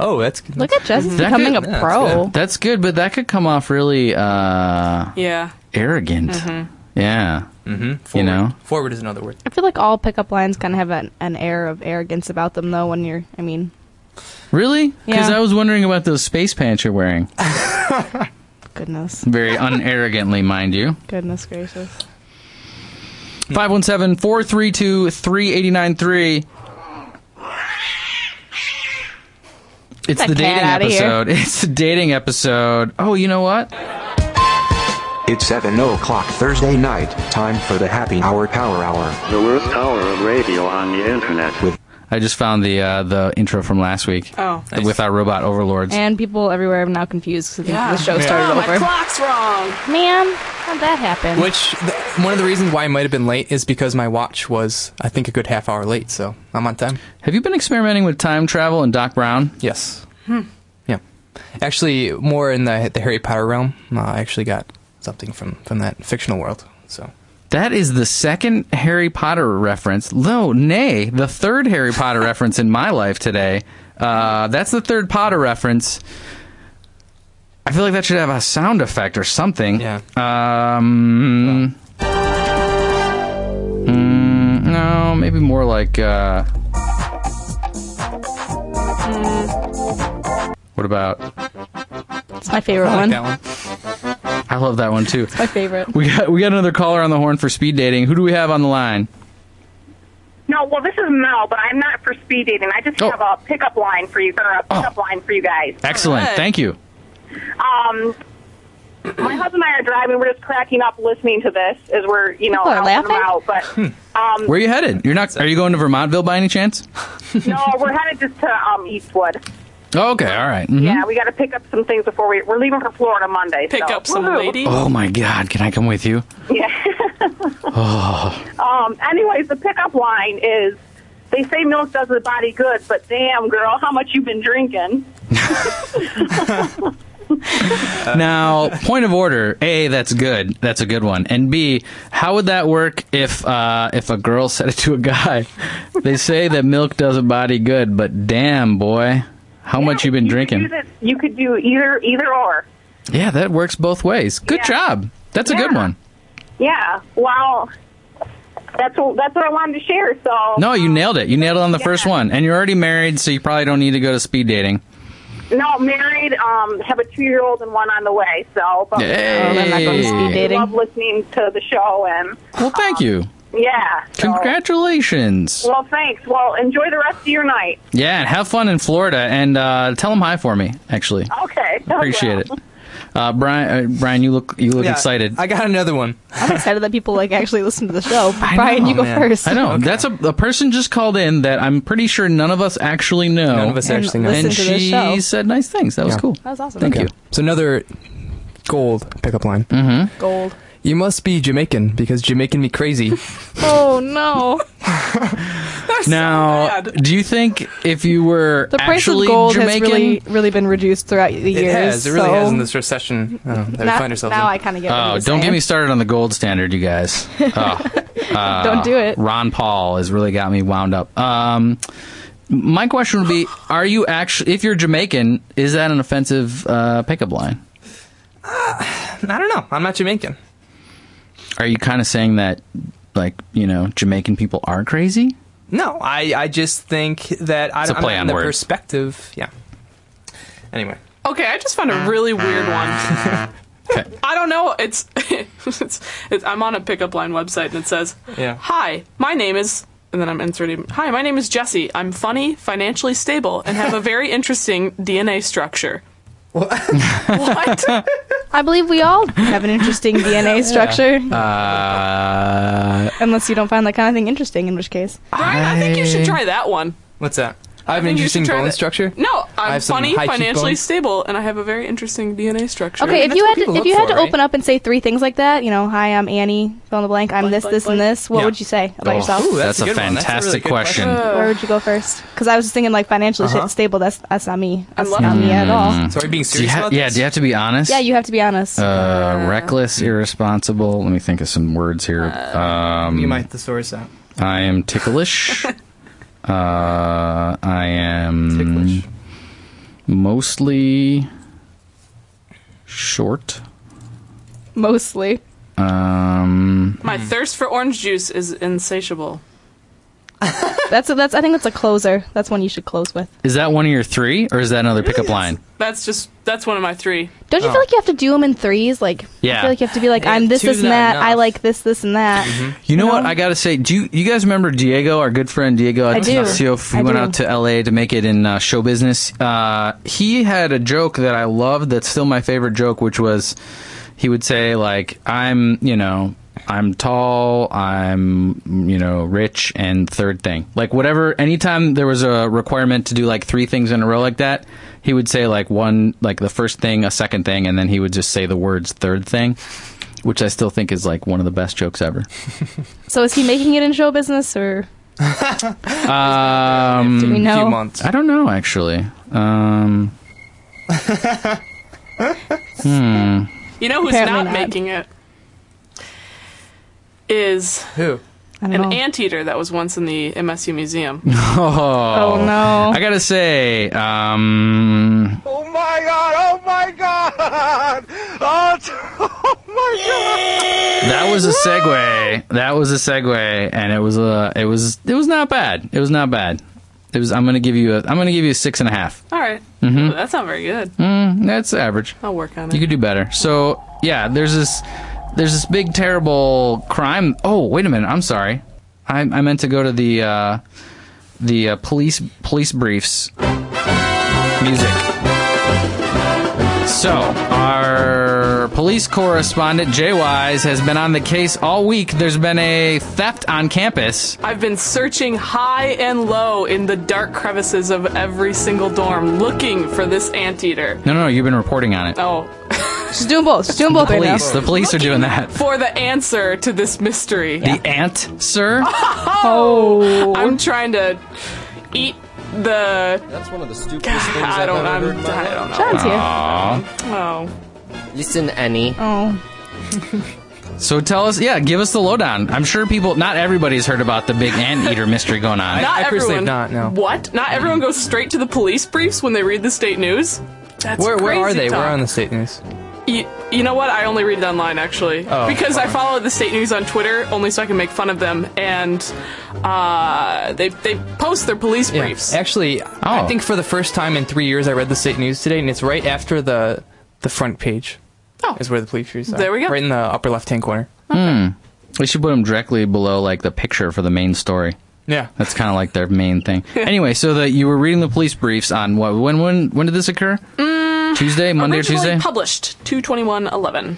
Speaker 6: Oh, that's good.
Speaker 5: Look at Jess
Speaker 3: That
Speaker 5: becoming
Speaker 3: could-
Speaker 5: a
Speaker 6: yeah, that's
Speaker 5: pro.
Speaker 3: That's good, but that could come off really uh,
Speaker 4: Yeah,
Speaker 3: arrogant.
Speaker 5: Mm-hmm.
Speaker 3: Yeah.
Speaker 6: Mm-hmm. Forward.
Speaker 3: know?
Speaker 6: Forward is another word.
Speaker 5: I feel like all pickup lines kind of have an, an air of arrogance about them, though. When you're, I mean,
Speaker 3: Really? Because
Speaker 5: Yeah.
Speaker 3: I was wondering about those space pants you're wearing.
Speaker 5: goodness,
Speaker 3: Very unarrogantly, mind you.
Speaker 5: goodness gracious.
Speaker 3: 517 432 3893. It's
Speaker 5: Get
Speaker 3: the
Speaker 5: that cat
Speaker 3: dating
Speaker 5: outta here.
Speaker 3: episode. It's the dating episode. Oh, you know what?
Speaker 10: It's 7 o'clock Thursday night, time for the Happy Hour Power Hour.
Speaker 11: The worst hour of radio on the internet.
Speaker 3: I just found the uh, the intro from last week.
Speaker 4: Oh.
Speaker 3: with our robot overlords.
Speaker 5: And people everywhere are now confused because
Speaker 4: Yeah.
Speaker 5: the show started
Speaker 4: oh, my
Speaker 5: over.
Speaker 4: clock's wrong.
Speaker 5: Man, how'd that happen?
Speaker 6: Which th- one of the reasons why I might have been late is because my watch was, I think, a good half hour late, so I'm on time.
Speaker 3: Have you been experimenting with time travel and Doc Brown?
Speaker 6: Yes.
Speaker 5: Hmm.
Speaker 6: Yeah. Actually, more in the the Harry Potter realm. Uh, I actually got something from from that fictional world. So
Speaker 3: That is the second Harry Potter reference, though, nay, the third Harry Potter reference in my life today. Uh, that's the third Potter reference. I feel like that should have a sound effect or something.
Speaker 6: Yeah.
Speaker 3: Um. mm, no, maybe more like. Uh, what about?
Speaker 5: It's my favorite
Speaker 6: I like
Speaker 5: one.
Speaker 6: that one.
Speaker 3: I love that one too.
Speaker 5: My favorite.
Speaker 3: We got we got another caller on the horn for speed dating. Who do we have on the line?
Speaker 7: No, well, this is Mel, but I'm not for speed dating. I just
Speaker 3: Oh.
Speaker 7: have a pickup line for you, or a pickup line for you guys.
Speaker 3: Excellent.
Speaker 4: right.
Speaker 3: Thank you.
Speaker 7: Um, my husband and I are driving. We're just cracking up listening to this as we're, you know,
Speaker 5: People are
Speaker 7: out and
Speaker 5: laughing?
Speaker 7: about. But um,
Speaker 3: Where are you headed? You're not. Are you going to Vermontville by any chance?
Speaker 7: no, we're headed just to um, Eastwood.
Speaker 3: Oh, okay. All right. Mhm.
Speaker 7: Yeah, we got to pick up some things before we. We're leaving for Florida Monday.
Speaker 4: Pick
Speaker 7: so.
Speaker 4: up some
Speaker 7: Woohoo.
Speaker 4: lady.
Speaker 3: Oh my God! Can I come with you?
Speaker 7: Yeah.
Speaker 3: Oh.
Speaker 7: um. Anyways, the pickup line is. They say milk does the body good, but damn, girl, how much you been drinking? Uh.
Speaker 3: now, point of order. A, that's good. That's a good one. And B, how would that work if uh, if a girl said it to a guy? They say that milk does a body good, but damn boy, how much you been
Speaker 7: could
Speaker 3: drinking?
Speaker 7: use it- You could do either, either or.
Speaker 3: Yeah, that works both ways. Good
Speaker 7: Yeah.
Speaker 3: job. That's a good
Speaker 7: Yeah.
Speaker 3: one.
Speaker 7: Yeah. Well, that's what that's what I wanted to share. So
Speaker 3: No, you nailed it. You nailed it on the first
Speaker 7: Yeah.
Speaker 3: one. And you're already married, so you probably don't need to go to speed dating.
Speaker 7: no, married. Um, have a two year old and one on the way. So but
Speaker 5: Oh, then that goes speed
Speaker 3: Hey.
Speaker 7: we
Speaker 5: dating.
Speaker 7: love listening to the show and
Speaker 3: Well, thank you.
Speaker 7: yeah. so-
Speaker 3: Congratulations.
Speaker 7: Well, thanks. Well, enjoy the rest of your night.
Speaker 3: Yeah, and have fun in Florida. And uh, tell them hi for me, actually.
Speaker 7: Okay.
Speaker 3: Appreciate it. Uh, Brian, uh, Brian, you look you look
Speaker 6: Yeah,
Speaker 3: excited.
Speaker 6: I got another one.
Speaker 5: I'm excited that people like actually listen to the show. But Brian,
Speaker 6: know,
Speaker 5: you go
Speaker 6: man.
Speaker 5: first.
Speaker 3: I know. That's a, a person just called in that I'm pretty sure none of us actually know.
Speaker 6: None of us
Speaker 5: And
Speaker 6: actually know.
Speaker 5: listen
Speaker 3: And
Speaker 5: to this
Speaker 3: she
Speaker 5: show.
Speaker 3: said nice things. That was
Speaker 6: Yeah.
Speaker 3: cool.
Speaker 5: That was awesome.
Speaker 3: Thank you.
Speaker 6: So another gold pickup line.
Speaker 5: Gold.
Speaker 6: You must be Jamaican because Jamaican me crazy.
Speaker 5: Oh no.
Speaker 3: Now, do you think if you were
Speaker 5: The price
Speaker 3: actually
Speaker 5: of gold
Speaker 3: Jamaican,
Speaker 5: has really, really been reduced throughout the
Speaker 6: It
Speaker 5: years.
Speaker 6: has. It really
Speaker 5: so
Speaker 6: has in this recession oh, that we
Speaker 5: now,
Speaker 6: find ourselves
Speaker 5: now I
Speaker 6: in.
Speaker 5: kind of get. what
Speaker 3: oh,
Speaker 5: you're
Speaker 3: don't get
Speaker 5: saying.
Speaker 3: me started on the gold standard, you guys. Oh.
Speaker 5: Don't do it.
Speaker 3: Ron Paul has really got me wound up. Um, my question would be: Are you actually, if you're Jamaican, is that an offensive uh, pickup line?
Speaker 6: I don't know. I'm not Jamaican.
Speaker 3: Are you kind of saying that, like, you know, Jamaican people are crazy?
Speaker 6: No, I, I just think that I,
Speaker 3: It's a
Speaker 6: don't- I'm
Speaker 3: play
Speaker 6: not
Speaker 3: on
Speaker 6: in the
Speaker 3: words.
Speaker 6: perspective. Yeah. Anyway,
Speaker 4: Okay, I just found a really weird one.
Speaker 3: Okay.
Speaker 4: I don't know. It's, it's, it's I'm on a pickup line website and it says,
Speaker 6: Yeah.
Speaker 4: "Hi, my name is." And then I'm inserting. Hi, my name is Jesse. I'm funny, financially stable, and have a very interesting DNA structure. What? what?
Speaker 5: I believe we all have an interesting DNA structure,
Speaker 3: Uh,
Speaker 5: unless you don't find that kind of thing interesting. In which case,
Speaker 4: Brian, I think you should try that one.
Speaker 6: what's that? I have an
Speaker 4: think you should
Speaker 6: interesting
Speaker 4: try
Speaker 6: bone
Speaker 4: that.
Speaker 6: structure.
Speaker 4: No,
Speaker 6: I
Speaker 4: I'm
Speaker 6: have some
Speaker 4: funny,
Speaker 6: high
Speaker 4: financially
Speaker 6: cheekbones.
Speaker 4: stable, and I have a very interesting DNA structure.
Speaker 5: okay, if
Speaker 6: that's
Speaker 5: you
Speaker 6: what
Speaker 5: had
Speaker 6: people
Speaker 5: to, if
Speaker 6: look
Speaker 5: you had
Speaker 6: for,
Speaker 5: to open
Speaker 6: right?
Speaker 5: up and say three things like that, you know, hi, I'm Annie, fill in the blank, I'm this, this, and this. What
Speaker 6: Yeah.
Speaker 5: would you say about
Speaker 3: oh,
Speaker 5: yourself?
Speaker 6: Ooh, that's
Speaker 3: that's,
Speaker 6: a
Speaker 3: a,
Speaker 6: good one. That's a really
Speaker 3: fantastic
Speaker 6: good
Speaker 3: question.
Speaker 6: question.
Speaker 5: Where would you go first? Because I was just thinking like financially
Speaker 6: Uh-huh. Mm.
Speaker 5: shit stable. That's that's not me. That's
Speaker 4: love
Speaker 5: not me at all.
Speaker 6: So are you being
Speaker 3: Do you
Speaker 6: serious
Speaker 3: ha-
Speaker 6: about
Speaker 3: yeah,
Speaker 6: this?
Speaker 3: do you have to be honest?
Speaker 5: Yeah, you have to be honest.
Speaker 3: uh, reckless, irresponsible. Let me think of some words here.
Speaker 5: Uh.
Speaker 3: um,
Speaker 6: You might thesaurus out.
Speaker 3: I am ticklish. uh, I am
Speaker 6: Ticklish.
Speaker 3: mostly short.
Speaker 5: Mostly.
Speaker 3: Um,
Speaker 12: Hmm.
Speaker 4: My thirst for orange juice is insatiable.
Speaker 5: That's a, that's. I think that's a closer. That's one you should close with.
Speaker 3: is that one of your three, or is that another pickup line?
Speaker 4: That's just that's one of my three.
Speaker 5: Don't you feel like you have to do them in threes? Like,
Speaker 3: Yeah.
Speaker 5: I feel like you have to be like,
Speaker 6: Oh. Yeah,
Speaker 5: I'm this,
Speaker 6: two's
Speaker 5: this, and
Speaker 6: not
Speaker 5: that. I
Speaker 6: enough.
Speaker 5: like this, this, and that.
Speaker 6: Mm-hmm.
Speaker 3: You know what? I gotta say, do you, you guys remember Diego, our good friend Diego?
Speaker 5: I do.
Speaker 3: Siof, we
Speaker 5: I
Speaker 3: went
Speaker 5: do.
Speaker 3: out to L.A. to make it in uh, show business. Uh, he had a joke that I loved. That's still my favorite joke, which was he would say like, "I'm you know." I'm tall, I'm, you know, rich, and third thing. Like, whatever, anytime there was a requirement to do like three things in a row like that, he would say like one, like the first thing, a second thing, and then he would just say the words third thing, which I still think is like one of the best jokes ever.
Speaker 5: So is he making it in show business or?
Speaker 3: Um,
Speaker 5: Do we
Speaker 6: A
Speaker 5: know?
Speaker 6: few months.
Speaker 3: I don't know actually. Um,
Speaker 4: You know who's
Speaker 5: Apparently
Speaker 4: not,
Speaker 5: not.
Speaker 4: making it is
Speaker 6: Who?
Speaker 5: I don't
Speaker 4: an
Speaker 5: know.
Speaker 4: anteater that was once in the MSU museum.
Speaker 3: oh,
Speaker 5: Oh, no.
Speaker 3: I gotta say, um,
Speaker 1: Oh my god! Oh my god! Oh, t- oh my god!
Speaker 3: that was a segue. That was a segue, and it was a. It was. It was not bad. It was not bad. It was. I'm gonna give you a. I'm gonna give you a six and a half.
Speaker 4: All right.
Speaker 12: Mm-hmm.
Speaker 4: Ooh, that's not very good.
Speaker 12: Hmm.
Speaker 3: That's average.
Speaker 4: I'll work on it.
Speaker 3: You could do better. So yeah, there's this. There's this big terrible crime. Oh wait a minute. I'm sorry. I, I meant to go to the uh, the uh, police police briefs music. So, our police correspondent, Jay Wise, has been on the case all week. There's been a theft on campus.
Speaker 4: I've been searching high and low in the dark crevices of every single dorm looking for this anteater.
Speaker 3: No, no, no, you've been reporting on it.
Speaker 4: Oh,
Speaker 5: She's doing both. She's doing both right now.
Speaker 3: Police, the police are doing that.
Speaker 4: for the answer to this mystery.
Speaker 3: The ant, sir?
Speaker 4: I'm trying to eat the.
Speaker 12: That's one of the stupidest things
Speaker 4: I
Speaker 12: I've
Speaker 4: don't.
Speaker 12: ever
Speaker 4: I'm,
Speaker 12: heard in my
Speaker 4: I don't know.
Speaker 5: John's here.
Speaker 4: Oh.
Speaker 12: Listen, Annie.
Speaker 5: Oh,
Speaker 3: So tell us, yeah, give us the lowdown. I'm sure people, not everybody's heard about the big anteater mystery going on.
Speaker 4: Not
Speaker 6: I personally
Speaker 4: everyone.
Speaker 6: have not, no.
Speaker 4: What? Not everyone goes straight to the police briefs when they read the state news. That's
Speaker 6: Where, where are
Speaker 4: crazy
Speaker 6: they?
Speaker 4: talk.
Speaker 6: Where on the state news?
Speaker 4: You, you know what? I only read it online actually
Speaker 6: Oh,
Speaker 4: because I
Speaker 6: fine.
Speaker 4: follow the state news on Twitter only so I can make fun of them, and uh, they they post their police
Speaker 6: Yeah.
Speaker 4: briefs.
Speaker 6: Actually,
Speaker 3: Oh.
Speaker 6: I think for the first time in three years, I read the state news today, and it's right after the the front page.
Speaker 4: Oh.
Speaker 6: is where the police news. are.
Speaker 4: There we go.
Speaker 6: Right in the upper left hand corner.
Speaker 3: We should put them directly below, like, the picture for the main story.
Speaker 6: Yeah.
Speaker 3: That's kind of like their main thing. anyway, so that you were reading the police briefs on what? When? When? When did this occur? Tuesday, Monday or
Speaker 4: Mm, Originally
Speaker 3: Tuesday?
Speaker 4: published two twenty one eleven.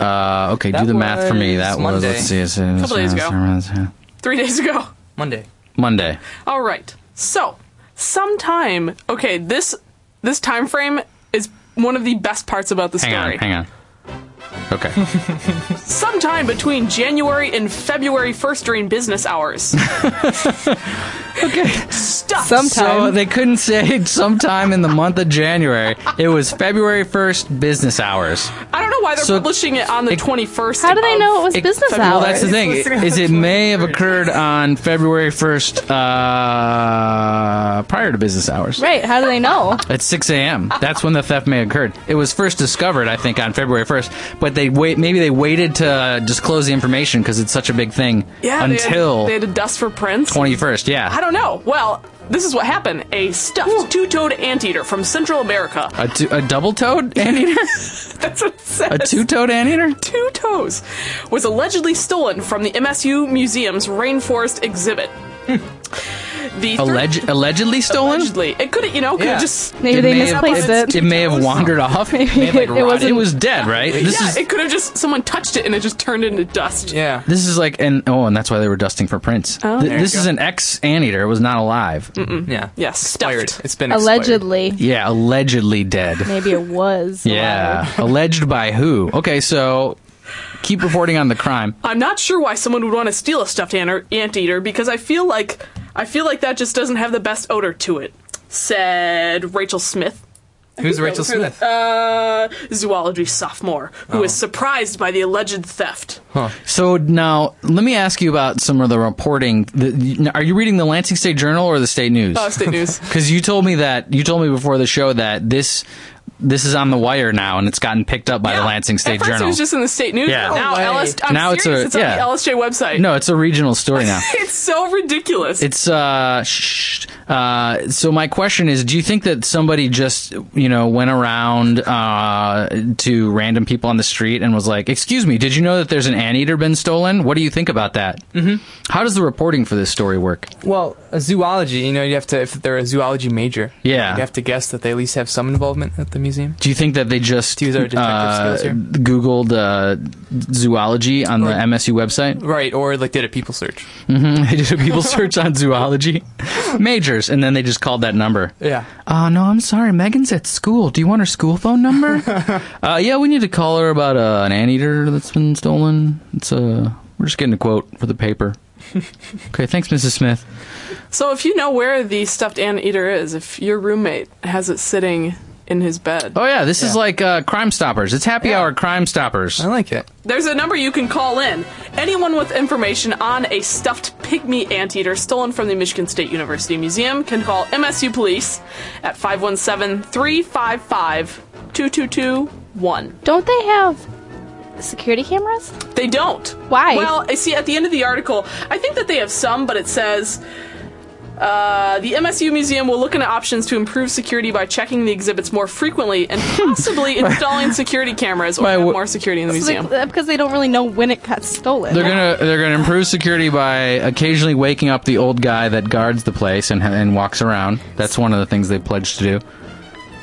Speaker 3: uh, okay, do
Speaker 6: That
Speaker 3: the math for me.
Speaker 6: was
Speaker 3: That was
Speaker 6: Monday.
Speaker 3: let's see, it's, it's,
Speaker 4: Couple days ago. Three days ago.
Speaker 6: Monday.
Speaker 3: Monday.
Speaker 4: All right. So, sometime. Okay, this this time frame is one of the best parts about the
Speaker 3: Hang
Speaker 4: story.
Speaker 3: on, hang on. Okay.
Speaker 4: Sometime between January and February 1st during business hours. okay. Stuff.
Speaker 3: So they couldn't say sometime in the month of January. It was February 1st, business hours.
Speaker 4: I don't know why they're
Speaker 3: So-
Speaker 4: publishing it on the 21st.
Speaker 5: How do they know it was business
Speaker 3: Well,
Speaker 5: hours?
Speaker 3: that's the thing. Is it may have occurred on February 1st uh, prior to business hours?
Speaker 5: Right. How do they know?
Speaker 3: At 6 a.m. That's when the theft may have occurred. It was first discovered, I think, on February 1st, but they wait. Maybe they waited to disclose the information because it's such a big thing.
Speaker 4: Yeah, they had-
Speaker 3: until
Speaker 4: they had, a dust for prints.
Speaker 3: 21st. Yeah.
Speaker 4: I don't know. Well, this is what happened. A stuffed two-toed anteater from Central America.
Speaker 3: A, two, a double-toed anteater?
Speaker 4: That's what it says.
Speaker 3: A two-toed anteater?
Speaker 4: Two toes was allegedly stolen from the MSU Museum's rainforest exhibit. the thir-
Speaker 3: Alleg- allegedly stolen?
Speaker 4: allegedly, it could have, you know, could have
Speaker 3: Yeah.
Speaker 4: just
Speaker 5: Maybe they misplaced
Speaker 3: have,
Speaker 5: it.
Speaker 3: It may have wandered off. Maybe it,
Speaker 5: it wasn't-
Speaker 3: was dead, right? This
Speaker 4: yeah,
Speaker 3: is
Speaker 4: it could have just someone touched it and it just turned into dust.
Speaker 6: Yeah.
Speaker 3: this is like an oh, and that's why they were dusting for prints.
Speaker 4: Oh.
Speaker 3: Th-
Speaker 4: There you
Speaker 3: this is an ex anteater. It was not alive.
Speaker 6: Yeah.
Speaker 4: Yeah, stuffed.
Speaker 6: It's been expired.
Speaker 5: Allegedly.
Speaker 3: Yeah, allegedly dead.
Speaker 5: Maybe it was.
Speaker 3: Yeah, alleged by who? Okay, so keep reporting on the crime.
Speaker 4: I'm not sure why someone would want to steal a stuffed ant- anteater because I feel like I feel like that just doesn't have the best odor to it," said Rachel Smith,
Speaker 6: Who's Rachel Smith?
Speaker 4: uh, zoology sophomore, who
Speaker 3: Oh.
Speaker 4: was surprised by the alleged theft.
Speaker 3: So now let me ask you about some of the reporting. The, are you reading the Lansing State Journal or the State News?
Speaker 4: Oh, state news.
Speaker 3: Because you told me that you told me before the show that this this is on the wire now and it's gotten picked up by the
Speaker 4: Yeah.
Speaker 3: Lansing State
Speaker 4: At first
Speaker 3: Journal.
Speaker 4: It was just in the state news.
Speaker 3: Yeah.
Speaker 4: but Now,
Speaker 3: No way.
Speaker 4: LS- I'm
Speaker 3: Now it's
Speaker 4: serious.
Speaker 3: a-
Speaker 4: It's, on
Speaker 3: yeah.
Speaker 4: the LSJ website.
Speaker 3: no, it's a regional story now.
Speaker 4: it's so ridiculous.
Speaker 3: It's uh, shh, uh. So my question is, do you think that somebody just you know went around uh to random people on the street and was like, "Excuse me, did you know that there's an anteater been stolen? What do you think about that?" Mm-hmm. How does the reporting for this story work?
Speaker 6: Well, a zoology, you know, you have to, if they're a zoology major,
Speaker 3: Yeah.
Speaker 6: you have to guess that they at least have some involvement at the museum.
Speaker 3: Do you think that they just
Speaker 6: To use our detective
Speaker 3: uh,
Speaker 6: skills here.
Speaker 3: Googled uh, zoology on the
Speaker 6: Right.
Speaker 3: MSU website?
Speaker 6: Right, or like did a people search.
Speaker 3: hmm They did a people search on zoology majors, and then they just called that number.
Speaker 6: Yeah.
Speaker 3: Uh, no, I'm sorry. Megan's at school. Do you want her school phone number? uh, yeah, we need to call her about uh, an anteater that's been stolen. It's uh, we're just getting a quote for the paper. okay, thanks, Mrs. Smith.
Speaker 4: so if you know where the stuffed anteater is, if your roommate has it sitting in his bed,
Speaker 3: Oh yeah, this is
Speaker 6: Yeah. Oh.
Speaker 3: like uh, Crime Stoppers. It's Happy Hour Crime Stoppers.
Speaker 6: I like it.
Speaker 4: There's a number you can call in. Anyone with information on a stuffed pygmy anteater stolen from the Michigan State University Museum can call MSU Police at 517 355 2221.
Speaker 5: Don't they have security cameras?
Speaker 4: They don't.
Speaker 5: Why?
Speaker 4: Well, I see at the end of the article, I think that they have some, but it says. Uh, the MSU Museum will look into options to improve security by checking the exhibits more frequently and possibly installing security cameras or
Speaker 3: Why
Speaker 4: have
Speaker 3: wo-
Speaker 4: more security in the
Speaker 5: It's
Speaker 4: museum.
Speaker 5: like- uh, because they don't really know when it got stolen.
Speaker 3: They're gonna they're gonna improve security by occasionally waking up the old guy that guards the place and and walks around. That's one of the things they pledged to do.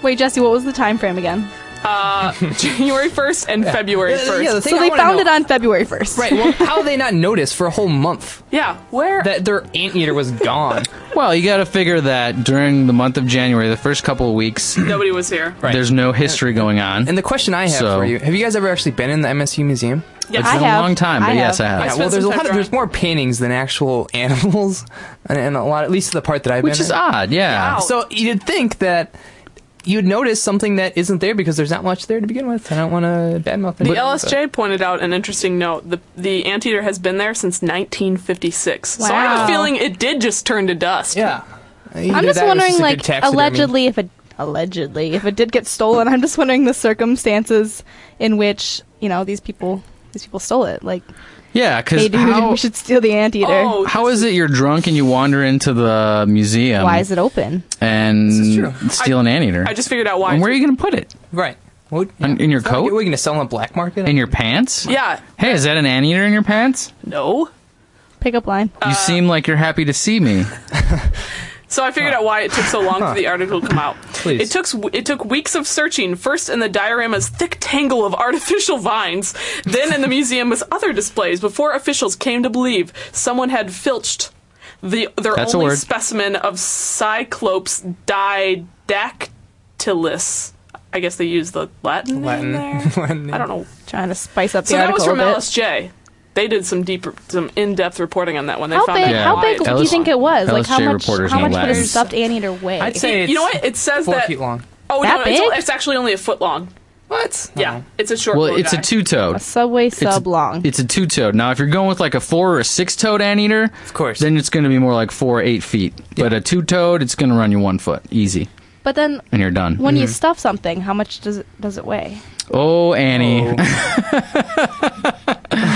Speaker 5: Wait, Jesse, what was the time frame again?
Speaker 4: Uh, January 1st and February 1st.
Speaker 6: Yeah, the thing
Speaker 5: So
Speaker 6: I
Speaker 5: they
Speaker 6: wanna
Speaker 5: found
Speaker 6: know-
Speaker 5: it on February 1st.
Speaker 6: Right, well, how did they not notice for a whole month
Speaker 4: Yeah, where?
Speaker 6: that their anteater was gone?
Speaker 3: Well, you got to figure that during the month of January, the first couple of weeks,
Speaker 4: Nobody was here.
Speaker 6: Right.
Speaker 3: there's no history going on.
Speaker 6: And the question I have
Speaker 3: So-
Speaker 6: for you: Have you guys ever actually been in the MSU museum?
Speaker 4: Yes.
Speaker 3: It's
Speaker 5: I
Speaker 3: been
Speaker 5: have.
Speaker 3: a long time, but
Speaker 5: I
Speaker 3: yes,
Speaker 5: have.
Speaker 6: Yeah,
Speaker 3: I have.
Speaker 4: spent
Speaker 6: well, there's a
Speaker 4: some
Speaker 6: lot.
Speaker 4: time
Speaker 6: Of, there's
Speaker 4: drawing.
Speaker 6: more paintings than actual animals, and, and a lot, at least the part that I've
Speaker 3: Which
Speaker 6: been.
Speaker 3: is
Speaker 6: in.
Speaker 3: odd, yeah.
Speaker 4: Yeah.
Speaker 6: So you'd think that you'd notice something that isn't there because there's not much there to begin with. I don't want to badmouth
Speaker 4: The
Speaker 6: anyone,
Speaker 4: LSJ pointed out an interesting note. The the anteater has been there since 1956. So I have
Speaker 5: Wow.
Speaker 4: a feeling it did just turn to dust.
Speaker 6: but- Yeah.
Speaker 5: I'm just wondering, like, allegedly, if it allegedly if it did get stolen, I'm just wondering the circumstances in which you know these people these people stole it. Like,
Speaker 3: Yeah,
Speaker 5: hey,
Speaker 3: because
Speaker 5: dude,
Speaker 3: how,
Speaker 5: we should steal the anteater.
Speaker 4: Oh,
Speaker 3: how is it you're drunk and you wander into the museum
Speaker 5: Why is it open?
Speaker 6: is
Speaker 3: and
Speaker 6: true.
Speaker 3: steal an anteater?
Speaker 4: I just figured out why.
Speaker 3: and where are you going to put it?
Speaker 6: Right. What,
Speaker 3: In- in your
Speaker 6: It's not like
Speaker 3: coat?
Speaker 6: We're going to sell on black market.
Speaker 3: In your pants?
Speaker 4: yeah.
Speaker 3: Hey, is that an anteater in your pants?
Speaker 4: No.
Speaker 5: Pickup line.
Speaker 3: you seem like you're happy to see me.
Speaker 4: So I figured out why it took so long for the article to come out.
Speaker 6: Please.
Speaker 4: It took s- it took weeks of searching, first in the diorama's thick tangle of artificial vines, then in the museum's other displays, before officials came to believe someone had filched the their
Speaker 3: That's a
Speaker 4: only
Speaker 3: word.
Speaker 4: specimen of Cyclops didactylus. I guess they use the Latin. in
Speaker 6: Latin.
Speaker 4: there.
Speaker 6: Latin.
Speaker 4: I don't know.
Speaker 5: Trying to spice up the
Speaker 4: So that was
Speaker 5: article
Speaker 4: from
Speaker 5: a bit.
Speaker 4: LSJ. They did some deeper, some in-depth reporting on that one. They
Speaker 5: How
Speaker 4: found
Speaker 5: big?
Speaker 4: out
Speaker 5: How
Speaker 4: why
Speaker 5: big
Speaker 4: it's
Speaker 5: do you think it was? like how
Speaker 3: LSJ
Speaker 5: much?
Speaker 3: reporters
Speaker 5: How
Speaker 3: know
Speaker 5: much would a
Speaker 3: Latin.
Speaker 5: stuffed anteater weigh?
Speaker 3: I'd say
Speaker 4: you know what? It says
Speaker 6: Four
Speaker 4: that.
Speaker 6: feet long.
Speaker 4: Oh
Speaker 5: That
Speaker 4: no, it's,
Speaker 5: big?
Speaker 4: it's actually only a foot long. What?
Speaker 6: Oh.
Speaker 4: Yeah, it's a short.
Speaker 3: Well,
Speaker 4: little
Speaker 3: it's a
Speaker 4: guy.
Speaker 5: A
Speaker 3: two-toed.
Speaker 5: subway
Speaker 3: a-
Speaker 5: sub long.
Speaker 3: It's a two-toed. Now, if you're going with like a four or a six-toed anteater, of
Speaker 6: course.
Speaker 3: then it's going to be more like four or eight feet. But a two-toed, it's going to run you one foot easy,
Speaker 5: But then
Speaker 3: and you're done.
Speaker 5: when you stuff something, how much does it does it weigh?
Speaker 3: Oh, Annie.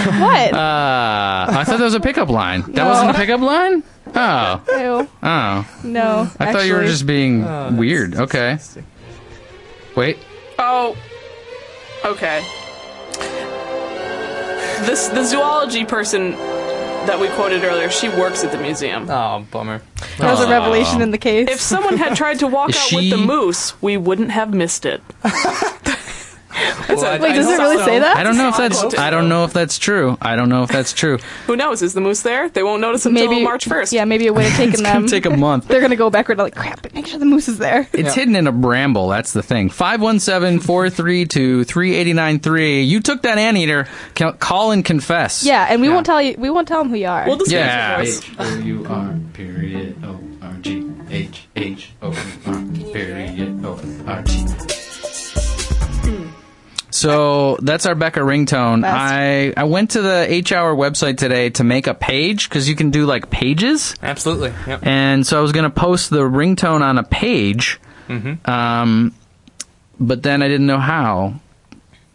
Speaker 5: What?
Speaker 3: Uh, I thought that was a pickup line. That wasn't a pickup line? Oh. Oh.
Speaker 5: Ew.
Speaker 3: I
Speaker 5: No.
Speaker 3: thought you were
Speaker 5: actually.
Speaker 3: just being weird. Okay. Wait.
Speaker 4: Oh. Okay. This the zoology person that we quoted earlier. She works at the museum.
Speaker 6: Oh, bummer.
Speaker 5: That was a revelation
Speaker 3: Aw.
Speaker 5: in the case.
Speaker 4: If someone had tried to walk
Speaker 3: Is
Speaker 4: out with the
Speaker 3: she-
Speaker 4: moose, we wouldn't have missed it.
Speaker 6: Well, I-
Speaker 5: Wait,
Speaker 6: I
Speaker 5: does it
Speaker 6: hope
Speaker 5: really
Speaker 6: so.
Speaker 5: say that?
Speaker 3: I don't know if that's I don't know if that's true. I don't know if that's true.
Speaker 4: Who knows? Is the moose there? They won't notice until
Speaker 5: Maybe
Speaker 4: March first.
Speaker 5: Yeah, maybe it would have taken
Speaker 3: It's
Speaker 5: them.
Speaker 3: gonna take a month.
Speaker 5: They're gonna go backward. Like crap. Make sure the moose is there.
Speaker 3: It's hidden in a bramble. That's the thing. 517-432-3893. You took that anteater. Ca- Call and confess.
Speaker 5: Yeah, and we won't tell you. We won't tell them who you are.
Speaker 4: We'll just
Speaker 3: Yeah.
Speaker 4: use the voice.
Speaker 13: O U R period O R G H H O R period O R G.
Speaker 3: So that's our Becca ringtone. I, I went to the H Hour website today to make a page because you can do like pages.
Speaker 6: Absolutely. Yep.
Speaker 3: And so I was going to post the ringtone on a page,
Speaker 13: Mm-hmm.
Speaker 3: um, but then I didn't know how.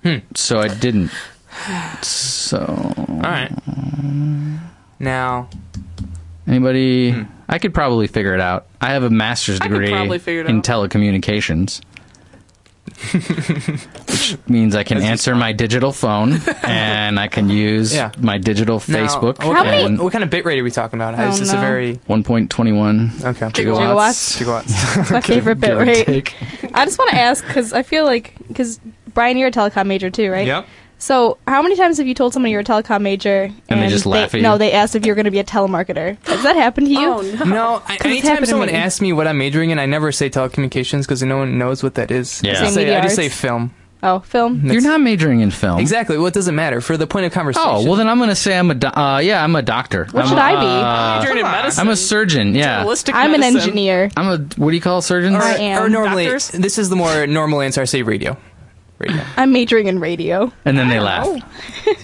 Speaker 13: Hmm.
Speaker 3: So I didn't. So
Speaker 6: All right. Now,
Speaker 3: anybody, I could probably figure it out. I have a master's
Speaker 4: I could
Speaker 3: degree
Speaker 4: probably figure it
Speaker 3: in
Speaker 4: out.
Speaker 3: telecommunications, which means I can answer my digital phone and I can use
Speaker 6: Yeah.
Speaker 3: my digital
Speaker 6: now,
Speaker 3: Facebook
Speaker 6: What,
Speaker 5: How
Speaker 6: kind
Speaker 5: many-
Speaker 6: of-
Speaker 3: and
Speaker 6: what kind of bit rate are we talking about?
Speaker 5: I
Speaker 6: Is
Speaker 5: don't
Speaker 6: this a
Speaker 5: know.
Speaker 6: very
Speaker 3: 1.21
Speaker 6: okay
Speaker 5: Gigawatts.
Speaker 6: gigawatts?
Speaker 5: my favorite bit
Speaker 3: give or
Speaker 5: rate.
Speaker 3: take.
Speaker 5: I just want to ask because I feel like because Brian, you're a telecom major too, right?
Speaker 6: Yep.
Speaker 5: So how many times have you told someone you're a telecom major and,
Speaker 3: they just laugh at you?
Speaker 5: No, they asked if you're going to be a telemarketer. Has that happened to you?
Speaker 4: Oh no.
Speaker 6: No, I, anytime
Speaker 5: happened to
Speaker 6: someone
Speaker 5: me.
Speaker 6: asks me what I'm majoring in, I never say telecommunications because no one knows what that is.
Speaker 3: Yeah.
Speaker 6: I,
Speaker 3: Say
Speaker 6: just say,
Speaker 5: media
Speaker 6: I just
Speaker 5: arts.
Speaker 6: say film.
Speaker 5: Oh, film.
Speaker 3: You're not majoring in film.
Speaker 6: Exactly. Well, it doesn't matter for the point of conversation.
Speaker 3: Oh well, then I'm gonna say I'm a do- uh, yeah I'm a doctor.
Speaker 5: What
Speaker 3: I'm
Speaker 5: should
Speaker 3: a, uh,
Speaker 5: I be?
Speaker 4: Majored in medicine.
Speaker 3: I'm a surgeon. Yeah,
Speaker 4: Holistic
Speaker 5: I'm an
Speaker 4: medicine.
Speaker 5: engineer.
Speaker 3: I'm a what do you call surgeons?
Speaker 5: I
Speaker 6: or,
Speaker 5: am.
Speaker 6: or normally,
Speaker 4: Doctors?
Speaker 6: this is the more normal answer. I say radio. Radio.
Speaker 5: I'm majoring in radio.
Speaker 3: And then they laugh.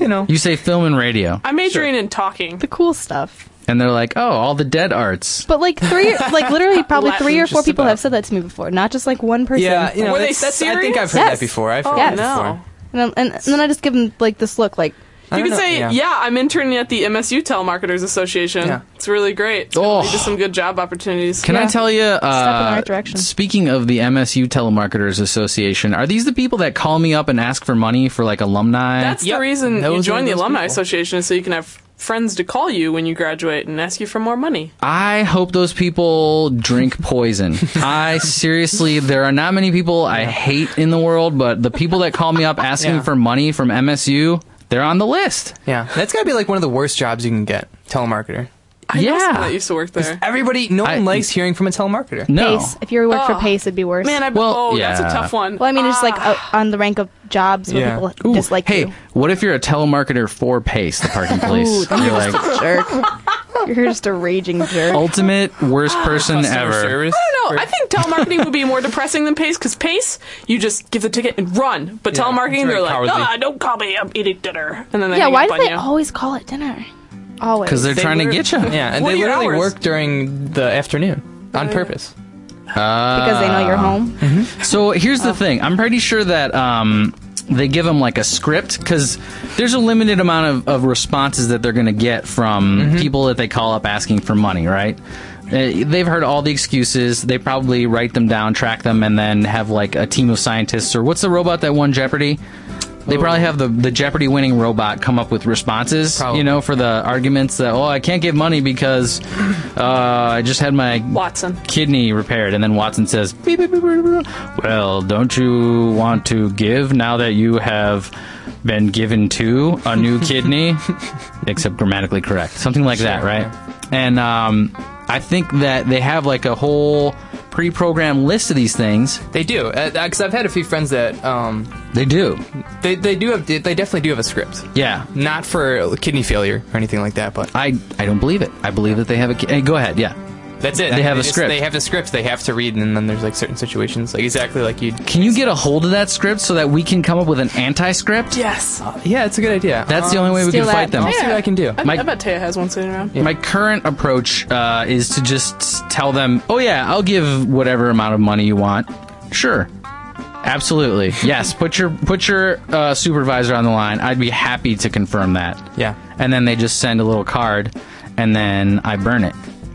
Speaker 6: You know.
Speaker 3: You say film and radio,
Speaker 4: I'm majoring in talking.
Speaker 5: The cool stuff.
Speaker 3: and they're like, oh, all the dead arts.
Speaker 5: But like three, like literally probably
Speaker 4: Latin,
Speaker 5: three or four
Speaker 6: just
Speaker 5: people
Speaker 6: about.
Speaker 5: have said that to me before, not just like one person.
Speaker 6: Yeah. You know,
Speaker 4: Were they
Speaker 6: that's, that's- I think I've
Speaker 4: serious?
Speaker 6: heard
Speaker 5: Yes.
Speaker 6: that before. I've heard
Speaker 4: Oh
Speaker 6: that
Speaker 4: no.
Speaker 5: And, then- and, and then I just give them like this look, like
Speaker 6: before.
Speaker 4: You
Speaker 6: I
Speaker 4: could
Speaker 6: don't know-
Speaker 4: say, yeah. I'm interning at the MSU Telemarketers Association.
Speaker 6: Yeah.
Speaker 4: It's really great. It's
Speaker 3: Oh.
Speaker 4: oh. lead to some good job opportunities.
Speaker 3: Can I
Speaker 5: Yeah.
Speaker 3: tell you?
Speaker 5: in the
Speaker 3: Uh,
Speaker 5: right direction.
Speaker 3: Speaking of the MSU Telemarketers Association, are these the people that call me up and ask for money for like alumni?
Speaker 4: That's
Speaker 6: Yep.
Speaker 4: the reason you
Speaker 6: Those are
Speaker 4: join the
Speaker 6: those
Speaker 4: alumni
Speaker 6: people.
Speaker 4: association is so you can have friends to call you when you graduate and ask you for more money.
Speaker 3: I hope those people drink poison. I seriously, there are not many people I hate in the world, but the people that call me up asking
Speaker 6: Yeah.
Speaker 3: for money from MSU, they're on the list.
Speaker 6: Yeah. That's got to be like one of the worst jobs you can get. Telemarketer.
Speaker 4: I know someone that used to work there.
Speaker 6: Everybody, no one
Speaker 3: I-
Speaker 6: likes hearing from a telemarketer.
Speaker 3: No.
Speaker 5: Pace. If you work for
Speaker 4: Oh.
Speaker 5: Pace, it'd be worse.
Speaker 4: Man, I
Speaker 3: Well,
Speaker 4: oh, that's
Speaker 3: yeah.
Speaker 4: a tough one.
Speaker 5: well, I mean, it's just like
Speaker 4: Ah.
Speaker 5: uh, on the rank of jobs where
Speaker 6: Yeah.
Speaker 5: people dislike
Speaker 3: hey,
Speaker 5: you.
Speaker 3: what if you're a telemarketer for Pace, the parking place? you're like Oh,
Speaker 5: jerk. You're just a raging jerk.
Speaker 3: ultimate worst person
Speaker 6: Customer
Speaker 3: ever.
Speaker 6: service.
Speaker 4: I don't know. I think telemarketing would be more depressing than Pace because Pace, you just give the ticket and run. But
Speaker 6: Yeah, it's
Speaker 4: telemarketing,
Speaker 6: very
Speaker 4: they're like,
Speaker 6: cowardly.
Speaker 4: ah, don't call me. I'm eating dinner. And then they
Speaker 5: Yeah,
Speaker 4: hang
Speaker 5: why
Speaker 4: up
Speaker 5: do
Speaker 4: on
Speaker 5: they
Speaker 4: you.
Speaker 5: always call it dinner? Always.
Speaker 3: Because they're
Speaker 6: They
Speaker 3: trying to
Speaker 6: were-
Speaker 3: get you.
Speaker 6: Yeah, and
Speaker 4: What
Speaker 6: they
Speaker 4: are your
Speaker 6: literally
Speaker 4: hours?
Speaker 6: work during the afternoon on purpose.
Speaker 5: because they know you're
Speaker 3: uh,
Speaker 5: home.
Speaker 3: So here's the thing. I'm pretty sure that um, they give them like a script because there's a limited amount of, of responses that they're going to get from people that they call up asking for money, right? Uh, They've heard all the excuses. They probably write them down, track them, and then have like a team of scientists or what's the robot that won Jeopardy? They probably have the, the Jeopardy winning robot come up with responses,
Speaker 6: Probably.
Speaker 3: you know, for the arguments that, oh, I can't give money because uh, I just had my
Speaker 4: Watson.
Speaker 3: kidney repaired. And then Watson says, "Beep, beep, beep, beep, beep. Well, don't you want to give now that you have been given to a new kidney? Except grammatically correct. Something like that, right? And um, I think that they have like a whole pre-programmed list of these things.
Speaker 6: They do, because I've had a few friends that um,
Speaker 3: they do.
Speaker 6: They they do have they definitely do have a script.
Speaker 3: Yeah,
Speaker 6: not for kidney failure or anything like that, but
Speaker 3: I I don't believe it. I believe that they have a. ki- Hey, go ahead. Yeah.
Speaker 6: That's it.
Speaker 3: They have a
Speaker 6: just-
Speaker 3: script.
Speaker 6: They have the script they have to read, and then there's like certain situations, like exactly like you.
Speaker 3: Can you get a hold of that script so that we can come up with an anti-script?
Speaker 4: Yes.
Speaker 6: Yeah, it's a good idea.
Speaker 3: Uh, That's the only way we can fight them.
Speaker 6: I'll see what I can do.
Speaker 4: I,
Speaker 3: My-
Speaker 4: I bet Taya has one sitting around.
Speaker 3: My current approach uh, is to just tell them, "Oh yeah, I'll give whatever amount of money you want." Sure, absolutely, yes. Put your put your uh, supervisor on the line. I'd be happy to confirm that.
Speaker 6: Yeah.
Speaker 3: And then they just send a little card, and then I burn it.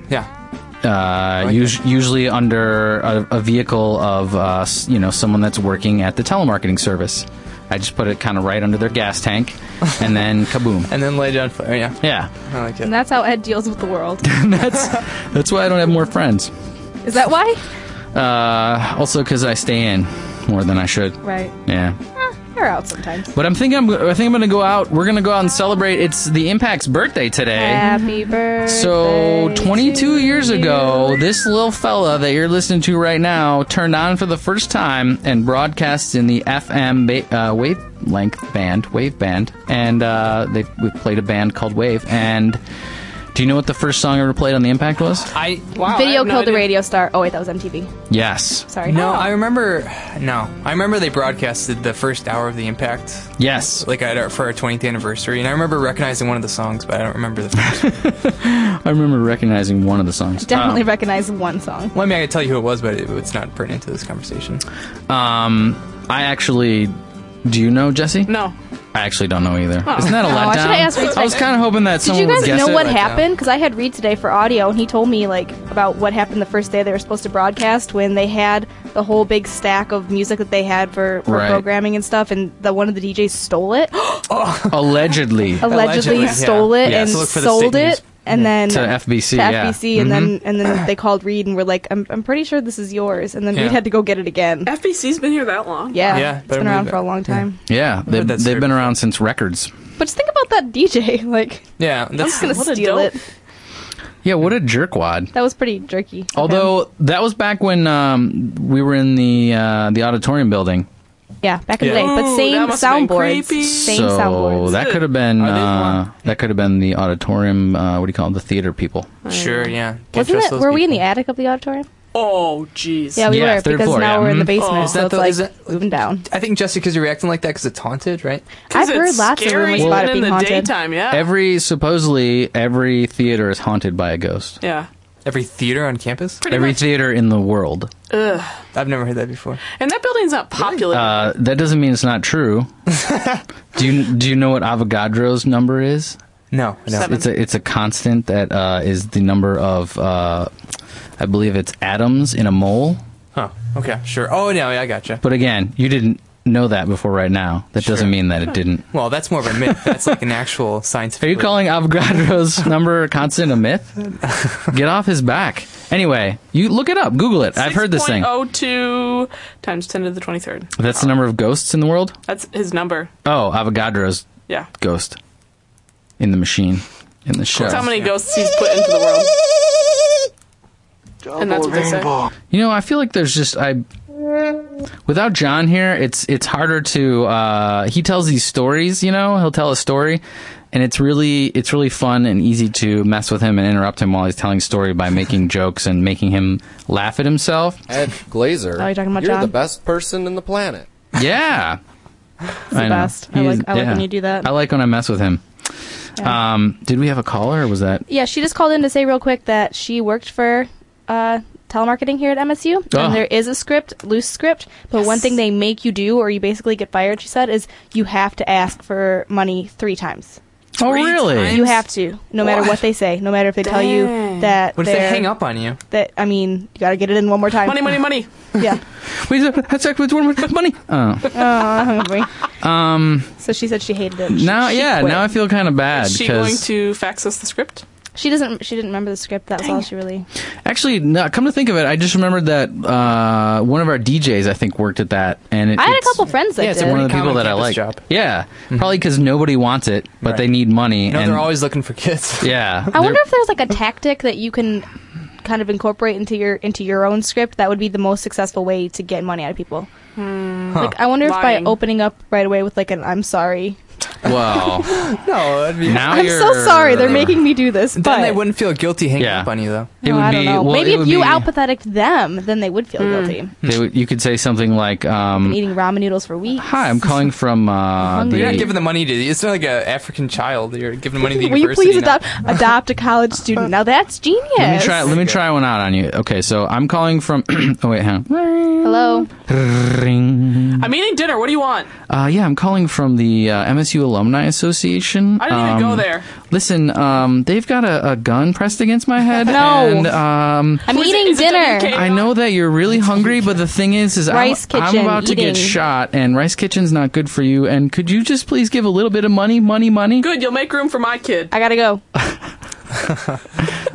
Speaker 6: Yeah.
Speaker 3: Uh, us- usually under a, a vehicle of uh, s- you know someone that's working at the telemarketing service. I just put it kind of right under their gas tank, and then kaboom.
Speaker 6: And then lay down fire. Yeah.
Speaker 3: Yeah.
Speaker 6: I like it.
Speaker 5: And that's how Ed deals with the world.
Speaker 3: That's why I don't have more friends.
Speaker 5: Is that why?
Speaker 3: Uh, also because I stay in more than I should.
Speaker 5: Right.
Speaker 3: Yeah.
Speaker 5: Eh, you're out sometimes.
Speaker 3: But I'm thinking I'm, I think I'm gonna go out. We're gonna go out and celebrate. It's the Impact's birthday today.
Speaker 5: Happy birthday.
Speaker 3: So 22 years ago, this little fella that you're listening to right now turned on for the first time and broadcasts in the FM ba- uh, wavelength band, wave band, and uh, they we played a band called Wave. And do you know what the first song ever played on the Impact was?
Speaker 6: I
Speaker 4: wow. I
Speaker 5: Video
Speaker 4: have no
Speaker 5: killed the
Speaker 4: idea.
Speaker 5: radio star. Oh wait, that was MTV.
Speaker 3: Yes.
Speaker 5: Sorry.
Speaker 6: No, I remember. No, I remember they broadcasted the first hour of the impact,
Speaker 3: Yes.
Speaker 6: like at our, for our 20th anniversary, and I remember recognizing one of the songs, but I don't remember the first. one.
Speaker 3: I remember recognizing one of the songs.
Speaker 5: Definitely recognize one song.
Speaker 6: well, I mean, I could tell you who it was, but it, it's not pertinent to this conversation.
Speaker 3: Um, I actually. Do you know Jesse?
Speaker 4: No.
Speaker 3: I actually don't know either. Isn't that a
Speaker 5: Oh, I
Speaker 3: letdown?
Speaker 5: should've asked what
Speaker 3: was
Speaker 5: type-
Speaker 3: kind of hoping that
Speaker 5: Did you
Speaker 3: someone would
Speaker 5: guys
Speaker 3: guess
Speaker 5: know
Speaker 3: it.
Speaker 5: what
Speaker 6: Like, yeah.
Speaker 5: happened? Because I had Reed today for audio, and he told me like about what happened the first day they were supposed to broadcast when they had the whole big stack of music that they had for, for
Speaker 3: Right.
Speaker 5: programming and stuff, and the one of the DJs stole it,
Speaker 3: Allegedly.
Speaker 5: allegedly
Speaker 6: Allegedly,
Speaker 5: stole
Speaker 6: yeah.
Speaker 5: it
Speaker 6: Yeah,
Speaker 5: and
Speaker 6: so look for the
Speaker 5: sold
Speaker 6: state
Speaker 5: it,
Speaker 6: news.
Speaker 5: and then
Speaker 3: To FBC,
Speaker 5: to
Speaker 3: yeah. Mm-hmm.
Speaker 5: FBC, and then and then they called Reed and were like, "I'm I'm pretty sure this is yours," and then
Speaker 6: Yeah.
Speaker 5: Reed had to go get it again.
Speaker 4: FBC's been here that long.
Speaker 5: Yeah,
Speaker 6: Yeah,
Speaker 5: it's
Speaker 6: better
Speaker 5: been around
Speaker 6: move
Speaker 5: for a
Speaker 6: it.
Speaker 5: long time.
Speaker 3: Yeah, they've,
Speaker 6: that
Speaker 3: they've
Speaker 6: story
Speaker 3: been around since records.
Speaker 5: But just think about that DJ. Like,
Speaker 6: Yeah, that's
Speaker 5: I'm just
Speaker 4: What a
Speaker 5: gonna steal
Speaker 4: dope.
Speaker 5: it.
Speaker 3: Yeah, what a jerkwad.
Speaker 5: That was pretty jerky. of him.
Speaker 3: Although that was back when um, we were in the uh, the auditorium building,
Speaker 5: yeah, back in the
Speaker 6: Yeah.
Speaker 5: day, but
Speaker 4: Ooh,
Speaker 5: same
Speaker 4: that must've been
Speaker 5: soundboards,
Speaker 4: creepy.
Speaker 5: same
Speaker 3: so
Speaker 5: soundboards.
Speaker 3: that could have been
Speaker 6: I didn't
Speaker 3: uh,
Speaker 6: want-
Speaker 3: that could have been the auditorium. Uh, what do you call it? The theater people.
Speaker 6: sure. Yeah, Can't
Speaker 5: Wasn't
Speaker 6: trust
Speaker 5: it? Were
Speaker 6: those
Speaker 5: we in the
Speaker 6: people.
Speaker 5: attic of the auditorium?
Speaker 4: Oh, jeez.
Speaker 5: Yeah, we
Speaker 3: Yeah,
Speaker 5: were
Speaker 3: third
Speaker 5: because
Speaker 3: floor,
Speaker 5: now
Speaker 3: yeah.
Speaker 5: we're in the
Speaker 3: Mhm.
Speaker 5: basement,
Speaker 4: Oh. Is
Speaker 5: so
Speaker 6: that
Speaker 5: it's
Speaker 6: the-
Speaker 5: like
Speaker 6: is it-
Speaker 5: moving down.
Speaker 6: I think Jesse, because you're reacting like that, because it's haunted, right?
Speaker 5: I've
Speaker 4: 'Cause
Speaker 5: heard
Speaker 4: it's
Speaker 5: lots of
Speaker 4: scary
Speaker 5: rumors about it
Speaker 4: even
Speaker 5: being
Speaker 4: in the
Speaker 5: haunted.
Speaker 4: daytime, yeah.
Speaker 3: Every supposedly every theater is haunted by a ghost.
Speaker 4: yeah.
Speaker 6: Every theater on campus.
Speaker 3: every theater in the world.
Speaker 6: I've never heard that before.
Speaker 4: And that building's not popular.
Speaker 3: Uh, that doesn't mean it's not true. do you do you know what Avogadro's number is?
Speaker 6: No, no.
Speaker 4: Seven.
Speaker 3: It's a it's a constant that uh, is the number of uh, I believe it's atoms in a mole.
Speaker 6: Huh. Okay. Sure. Oh no, yeah, I gotcha.
Speaker 3: But again, you didn't know that before right now. That
Speaker 6: Sure.
Speaker 3: doesn't mean that it didn't.
Speaker 6: Well, that's more of a myth. That's like an actual scientific.
Speaker 3: Are you calling Avogadro's number constant a myth? Get off his back. Anyway, you look it up, Google it. I've heard this thing.
Speaker 4: 6.02 times 10 to the 23rd.
Speaker 3: That's the number of ghosts in the world.
Speaker 4: That's his number.
Speaker 3: Oh, Avogadro's
Speaker 4: Yeah.
Speaker 3: ghost in the machine in the show.
Speaker 4: That's how many ghosts he's put into the world. And that's what they say.
Speaker 3: You know, I feel like there's just I without John here, it's it's harder to uh he tells these stories, you know, he'll tell a story and it's really it's really fun and easy to mess with him and interrupt him while he's telling a story by making jokes and making him laugh at himself.
Speaker 12: Ed Glazer.
Speaker 5: Oh, you're talking about
Speaker 12: You're the
Speaker 5: John?
Speaker 12: best person in the planet.
Speaker 3: Yeah. I
Speaker 5: the
Speaker 3: know.
Speaker 5: best. I
Speaker 3: He's-
Speaker 5: like- I like when you do that.
Speaker 3: I like when I mess with him. Um did we have a caller or was that
Speaker 5: Yeah, she just called in to say real quick that she worked for uh, telemarketing here at MSU,
Speaker 3: Oh.
Speaker 5: and there is a script, loose script. But one thing they make you do, or you basically get fired, she said, is you have to ask for money three times.
Speaker 3: Oh really?
Speaker 5: You have to, no matter what they say, no matter if they tell you that
Speaker 6: What if they
Speaker 5: they're-
Speaker 6: hang up on you?
Speaker 5: That I mean, you got to get it in one more time.
Speaker 4: Money, money, money.
Speaker 5: Yeah.
Speaker 3: Wait, that's actually one more money. Oh.
Speaker 5: Oh, I'm hungry. So she said she hated it. She,
Speaker 3: Um, Now
Speaker 5: she
Speaker 3: yeah,
Speaker 5: quit.
Speaker 3: now I feel kind of bad
Speaker 4: Is she going
Speaker 3: cuz
Speaker 4: to fax us the script?
Speaker 5: she doesn't. She didn't remember the script. That was all she really.
Speaker 3: Actually, no, come to think of it, I just remembered that uh, one of our DJs, I think, worked at that, and it,
Speaker 5: I had a
Speaker 3: it's
Speaker 5: couple friends that
Speaker 6: yeah, it's a
Speaker 5: did.
Speaker 3: one of the
Speaker 6: Pretty
Speaker 3: people
Speaker 6: common
Speaker 3: that I
Speaker 6: campus
Speaker 3: like.
Speaker 6: job.
Speaker 3: Yeah, probably because nobody wants it, but
Speaker 6: Right.
Speaker 3: they need money.
Speaker 6: No,
Speaker 3: and
Speaker 6: they're always looking for kids.
Speaker 3: yeah.
Speaker 5: I wonder
Speaker 3: they're-
Speaker 5: if there's like a tactic that you can kind of incorporate into your into your own script, that would be the most successful way to get money out of people.
Speaker 4: Huh.
Speaker 5: Like I wonder if by
Speaker 4: Lying.
Speaker 5: opening up right away with like an I'm sorry.
Speaker 3: Wow.
Speaker 6: no, I mean,
Speaker 3: Now
Speaker 5: I'm so
Speaker 3: you're-
Speaker 5: sorry they're making me do this.
Speaker 6: Then
Speaker 5: but
Speaker 6: they wouldn't feel guilty hanging up on you, though.
Speaker 3: It
Speaker 5: No,
Speaker 3: would
Speaker 5: I
Speaker 3: be
Speaker 5: don't know.
Speaker 3: well.
Speaker 5: Maybe
Speaker 3: it would
Speaker 5: if you
Speaker 3: be,
Speaker 5: outpathetic them, then they would feel guilty.
Speaker 3: they would- you could say something like,
Speaker 5: Been
Speaker 3: um,
Speaker 5: eating ramen noodles for weeks.
Speaker 3: "Hi, I'm calling from uh,
Speaker 5: hungry.
Speaker 3: the."
Speaker 5: You're not
Speaker 6: Giving the money to it's not like an African child. You're giving the money to the
Speaker 5: Will you
Speaker 6: university.
Speaker 5: please
Speaker 6: now.
Speaker 5: adopt adopt a college student? Now that's genius.
Speaker 3: Let me try. Let me try one out on you. Okay, so I'm calling from. oh wait, hang on.
Speaker 5: Hello.
Speaker 3: Ring.
Speaker 4: I'm eating dinner. What do you want?
Speaker 3: Uh, yeah, I'm calling from the uh, MSU Alumni Association.
Speaker 4: I didn't even
Speaker 3: Um,
Speaker 4: go there.
Speaker 3: Listen, um, they've got a, a gun pressed against my head.
Speaker 5: No.
Speaker 3: And, um,
Speaker 5: I'm eating dinner.
Speaker 3: I know that you're really hungry, but the thing is, is
Speaker 5: Rice
Speaker 3: I'm,
Speaker 5: kitchen,
Speaker 3: I'm about to
Speaker 5: eating.
Speaker 3: get shot, and Rice Kitchen's not good for you. And could you just please give a little bit of money, money, money?
Speaker 4: Good, you'll make room for my kid.
Speaker 5: I gotta go.
Speaker 3: Uh,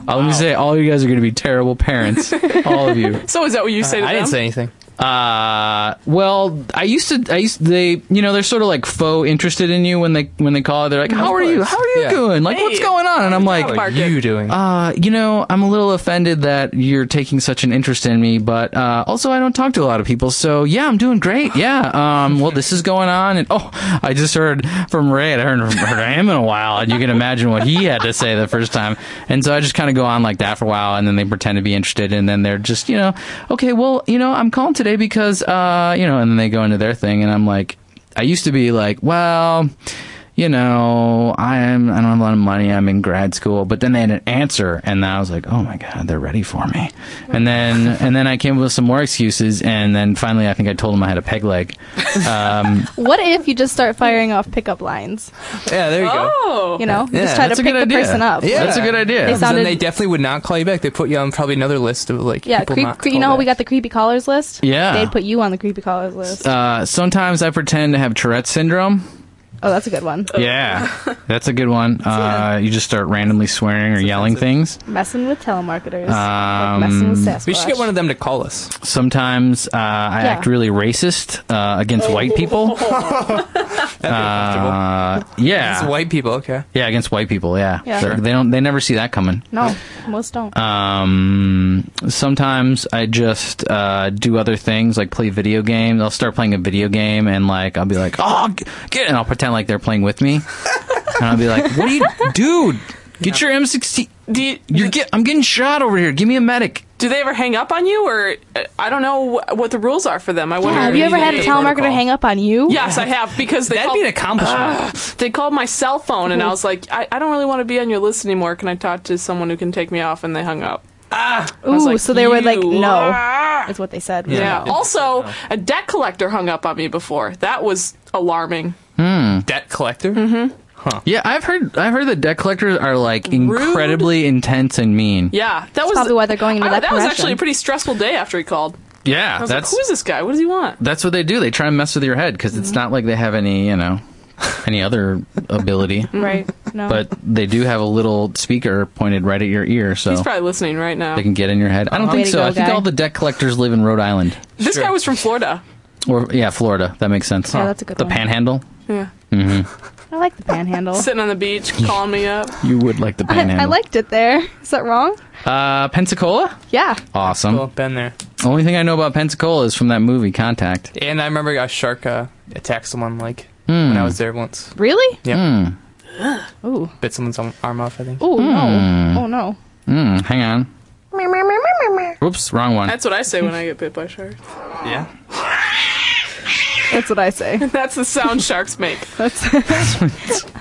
Speaker 3: let me say, all you guys are going to be terrible parents, all of you.
Speaker 4: So is that what you say to them?
Speaker 6: anything.
Speaker 3: Uh, well, I used to. I used they. You know, they're sort of like faux interested in you when they when they call. They're like, "How are you? How are you
Speaker 6: Yeah.
Speaker 3: doing? Like,
Speaker 4: Hey,
Speaker 3: what's going on?" And I'm like,
Speaker 6: What are you doing?
Speaker 3: Uh, you know, I'm a little offended that you're taking such an interest in me, but uh, also I don't talk to a lot of people, so yeah, I'm doing great. Yeah. Um, well, this is going on, and oh, I just heard from Ray. I haven't heard from him in a while, and you can imagine what he had to say the first time. And so I just kind of go on like that for a while, and then they pretend to be interested, and then they're just, you know, okay, well, you know, I'm calling today because, uh, you know, and then they go into their thing, and I'm like, I used to be like, well, you know, I'm I don't have a lot of money. I'm in grad school, but then they had an answer, and I was like, oh my god, they're ready for me. And then and then I came up with some more excuses, and then finally I think I told them I had a peg leg. Um,
Speaker 5: What if you just start firing off pickup lines?
Speaker 6: Yeah, there you go.
Speaker 4: Oh.
Speaker 5: You know,
Speaker 6: Yeah,
Speaker 5: just try to
Speaker 3: that's a
Speaker 5: pick
Speaker 3: good
Speaker 5: the
Speaker 3: idea.
Speaker 5: person up.
Speaker 6: Yeah,
Speaker 3: That's a good idea.
Speaker 5: They
Speaker 6: They
Speaker 5: sounded-
Speaker 6: then they definitely would not call you back. They put you on probably another list of like
Speaker 5: Yeah,
Speaker 6: people
Speaker 5: creep,
Speaker 6: not
Speaker 5: cre- you
Speaker 6: called
Speaker 5: know how we
Speaker 6: back.
Speaker 5: got the creepy callers list?
Speaker 3: Yeah.
Speaker 5: They'd put you on the creepy callers list.
Speaker 3: uh, sometimes I pretend to have Tourette's syndrome.
Speaker 5: Oh, that's a good one.
Speaker 3: Yeah, that's a good one. Uh, you just start randomly swearing or yelling things.
Speaker 5: Messing with telemarketers.
Speaker 3: Um,
Speaker 5: like messing with Sasquatch.
Speaker 6: We should get one of them to call us.
Speaker 3: Sometimes uh, I
Speaker 5: Yeah.
Speaker 3: act really racist uh, against white people. Uh, yeah,
Speaker 6: It's white people, okay.
Speaker 3: Yeah, against white people. Yeah,
Speaker 5: Yeah.
Speaker 3: Sure. they don't. They never see that coming.
Speaker 5: No, most don't.
Speaker 3: Uh, Um, sometimes I just uh, do other things, like play video games. I'll start playing a video game, and like I'll be like, "Oh, g- get!" it," and I'll pretend like they're playing with me, and I'll be like, "What are you, dude? Get your M16.
Speaker 4: Do you,
Speaker 3: You're get. I'm getting shot over here. Give me a medic."
Speaker 4: do they ever hang up on you, or uh, I don't know wh- what the rules are for them? I wonder.
Speaker 5: have you ever had
Speaker 4: Yeah.
Speaker 5: a telemarketer hang up on you?
Speaker 4: Yes, I have because they
Speaker 6: That'd
Speaker 4: called,
Speaker 6: be an accomplishment.
Speaker 4: they called my cell phone
Speaker 5: Mm-hmm.
Speaker 4: and I was like, I, I don't really want to be on your list anymore. Can I talk to someone who can take me off? And they hung up.
Speaker 5: Ooh,
Speaker 4: was like,
Speaker 5: so they were like,
Speaker 4: "You
Speaker 5: no,
Speaker 4: are-
Speaker 5: is what they said.
Speaker 4: Yeah.
Speaker 5: No.
Speaker 4: Also, a debt collector hung up on me before. That was alarming.
Speaker 6: Debt collector?
Speaker 5: Mm-hmm.
Speaker 3: Yeah, I've heard. I've heard that debt collectors are like incredibly intense and mean.
Speaker 4: Yeah, that was
Speaker 5: probably why they're going into
Speaker 4: I-
Speaker 5: that
Speaker 4: was
Speaker 5: profession.
Speaker 4: actually a pretty stressful day after he called.
Speaker 3: Yeah,
Speaker 4: I was
Speaker 3: that's
Speaker 4: like, who's this guy? What does he want?
Speaker 3: that's what they do. They try and mess with your head because
Speaker 5: Mm-hmm.
Speaker 3: it's not like they have any, you know, any other ability.
Speaker 5: Mm-hmm. Right. No.
Speaker 3: but they do have a little speaker pointed right at your ear,
Speaker 4: He's
Speaker 3: so
Speaker 4: probably listening right now.
Speaker 3: they can get in your head. I don't
Speaker 5: Way
Speaker 3: think
Speaker 5: to
Speaker 3: so.
Speaker 5: go,
Speaker 3: I think
Speaker 5: guy.
Speaker 3: all the debt collectors live in Rhode Island,
Speaker 4: This guy was from Florida.
Speaker 3: or yeah, Florida. That makes sense.
Speaker 5: Yeah, that's a good
Speaker 3: The
Speaker 5: one.
Speaker 3: Panhandle.
Speaker 4: Yeah,
Speaker 5: I like the panhandle.
Speaker 4: sitting on the beach, calling me up.
Speaker 3: You would like the Panhandle.
Speaker 5: I, I liked it there. Is that wrong?
Speaker 3: uh, Pensacola.
Speaker 5: Yeah.
Speaker 3: Awesome.
Speaker 6: Well, been there.
Speaker 3: Only thing I know about Pensacola is from that movie Contact.
Speaker 6: And I remember a shark uh, attacked someone like when I was there once.
Speaker 5: Really?
Speaker 6: Yeah.
Speaker 5: Ooh.
Speaker 6: Bit someone's arm arm off, I think.
Speaker 5: Ooh, no. Oh, no.
Speaker 3: Mm, hang on. Oops, wrong one.
Speaker 4: That's what I say when I get bit by sharks.
Speaker 6: Yeah.
Speaker 5: That's what I say.
Speaker 4: That's the sound sharks make.
Speaker 5: That's.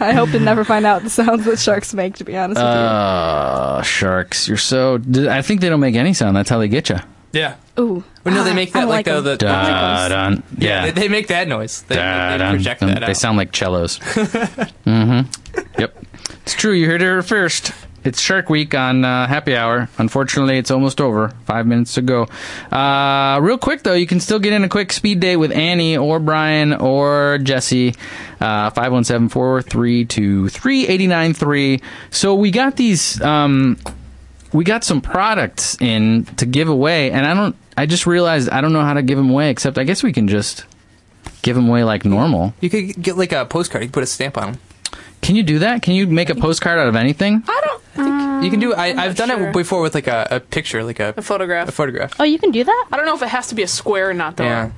Speaker 5: I hope to never find out the sounds that sharks make. To be honest
Speaker 3: uh, sharks. You're so. d- I think they don't make any sound. That's how they get you.
Speaker 6: Yeah.
Speaker 5: with you. Ooh.
Speaker 6: But no, they make
Speaker 5: I
Speaker 6: that like,
Speaker 5: like
Speaker 6: the, the,
Speaker 5: 'em. I like
Speaker 3: Dun,
Speaker 5: 'em.
Speaker 3: dun. Yeah.
Speaker 6: they, they make that noise. They, they
Speaker 3: Da-dum.
Speaker 6: project
Speaker 3: Um,
Speaker 6: that out.
Speaker 3: They sound like cellos. hmm Yep. It's true. You heard it here first. It's Shark Week on uh, Happy Hour. Unfortunately, it's almost over. Five minutes to go. Uh, real quick, though, you can still get in a quick speed date with Annie or Brian or Jesse. Uh, 517-432-3893. So we got these... Um, we got some products in to give away, and I don't. I just realized I don't know how to give them away. Except I guess we can just give them away like normal.
Speaker 6: you could get like a postcard. You could put a stamp on them.
Speaker 3: Can you do that? Can you make a postcard out of anything?
Speaker 4: I don't.
Speaker 6: you can do. I, I've done it before with like a, a picture, like a,
Speaker 4: A photograph.
Speaker 6: a photograph.
Speaker 5: Oh, you can do that?
Speaker 4: I don't know if it has to be a square or not, though.
Speaker 6: Yeah.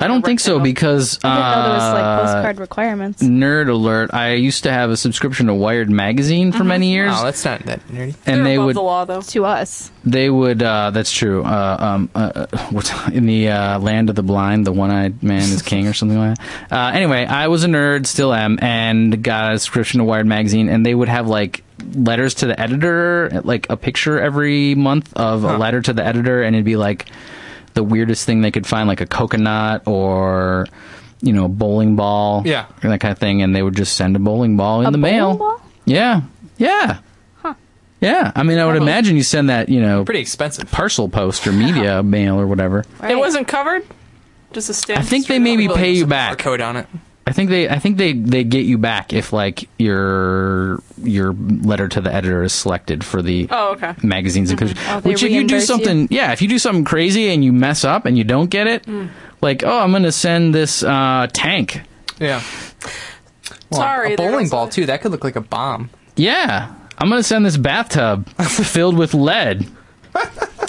Speaker 3: I don't think so because uh,
Speaker 5: I didn't know there was like postcard requirements.
Speaker 3: Nerd alert! I used to have a subscription to Wired magazine for
Speaker 5: Mhm.
Speaker 3: many years.
Speaker 5: Wow,
Speaker 6: Oh, that's not that nerdy.
Speaker 3: And they would
Speaker 4: law, though.
Speaker 5: To us.
Speaker 3: They would. Uh, that's true. Uh, um, uh, uh, what's in the uh, land of the blind? The one-eyed man is king, or something like that. Uh, anyway, I was a nerd, still am, and got a subscription to Wired magazine, and they would have like letters to the editor, like a picture every month of a letter to the editor, and it'd be like the weirdest thing they could find, like a coconut or you know a bowling ball,
Speaker 6: Yeah.
Speaker 3: and that kind of thing, and they would just send a bowling ball in the mail. Yeah, yeah. Yeah, I mean, I would imagine you send that, you know,
Speaker 6: Pretty expensive
Speaker 3: parcel post or media mail or whatever.
Speaker 4: It wasn't covered? Just a stamp?
Speaker 3: I think they maybe pay you back.
Speaker 6: Code on it.
Speaker 3: I think they, I think they, they get you back if like your your letter to the editor is selected for the
Speaker 4: Oh, okay.
Speaker 3: magazines and cookies.
Speaker 4: Oh, they
Speaker 3: Which if you do
Speaker 4: reimburse you?
Speaker 3: something, yeah, if you do something crazy and you mess up and you don't get it, like oh, I'm gonna send this uh, tank.
Speaker 6: Yeah. Well,
Speaker 4: Sorry,
Speaker 6: A
Speaker 4: there
Speaker 6: bowling
Speaker 4: was
Speaker 6: ball too. That could look like a bomb.
Speaker 3: Yeah, I'm gonna send this bathtub filled with lead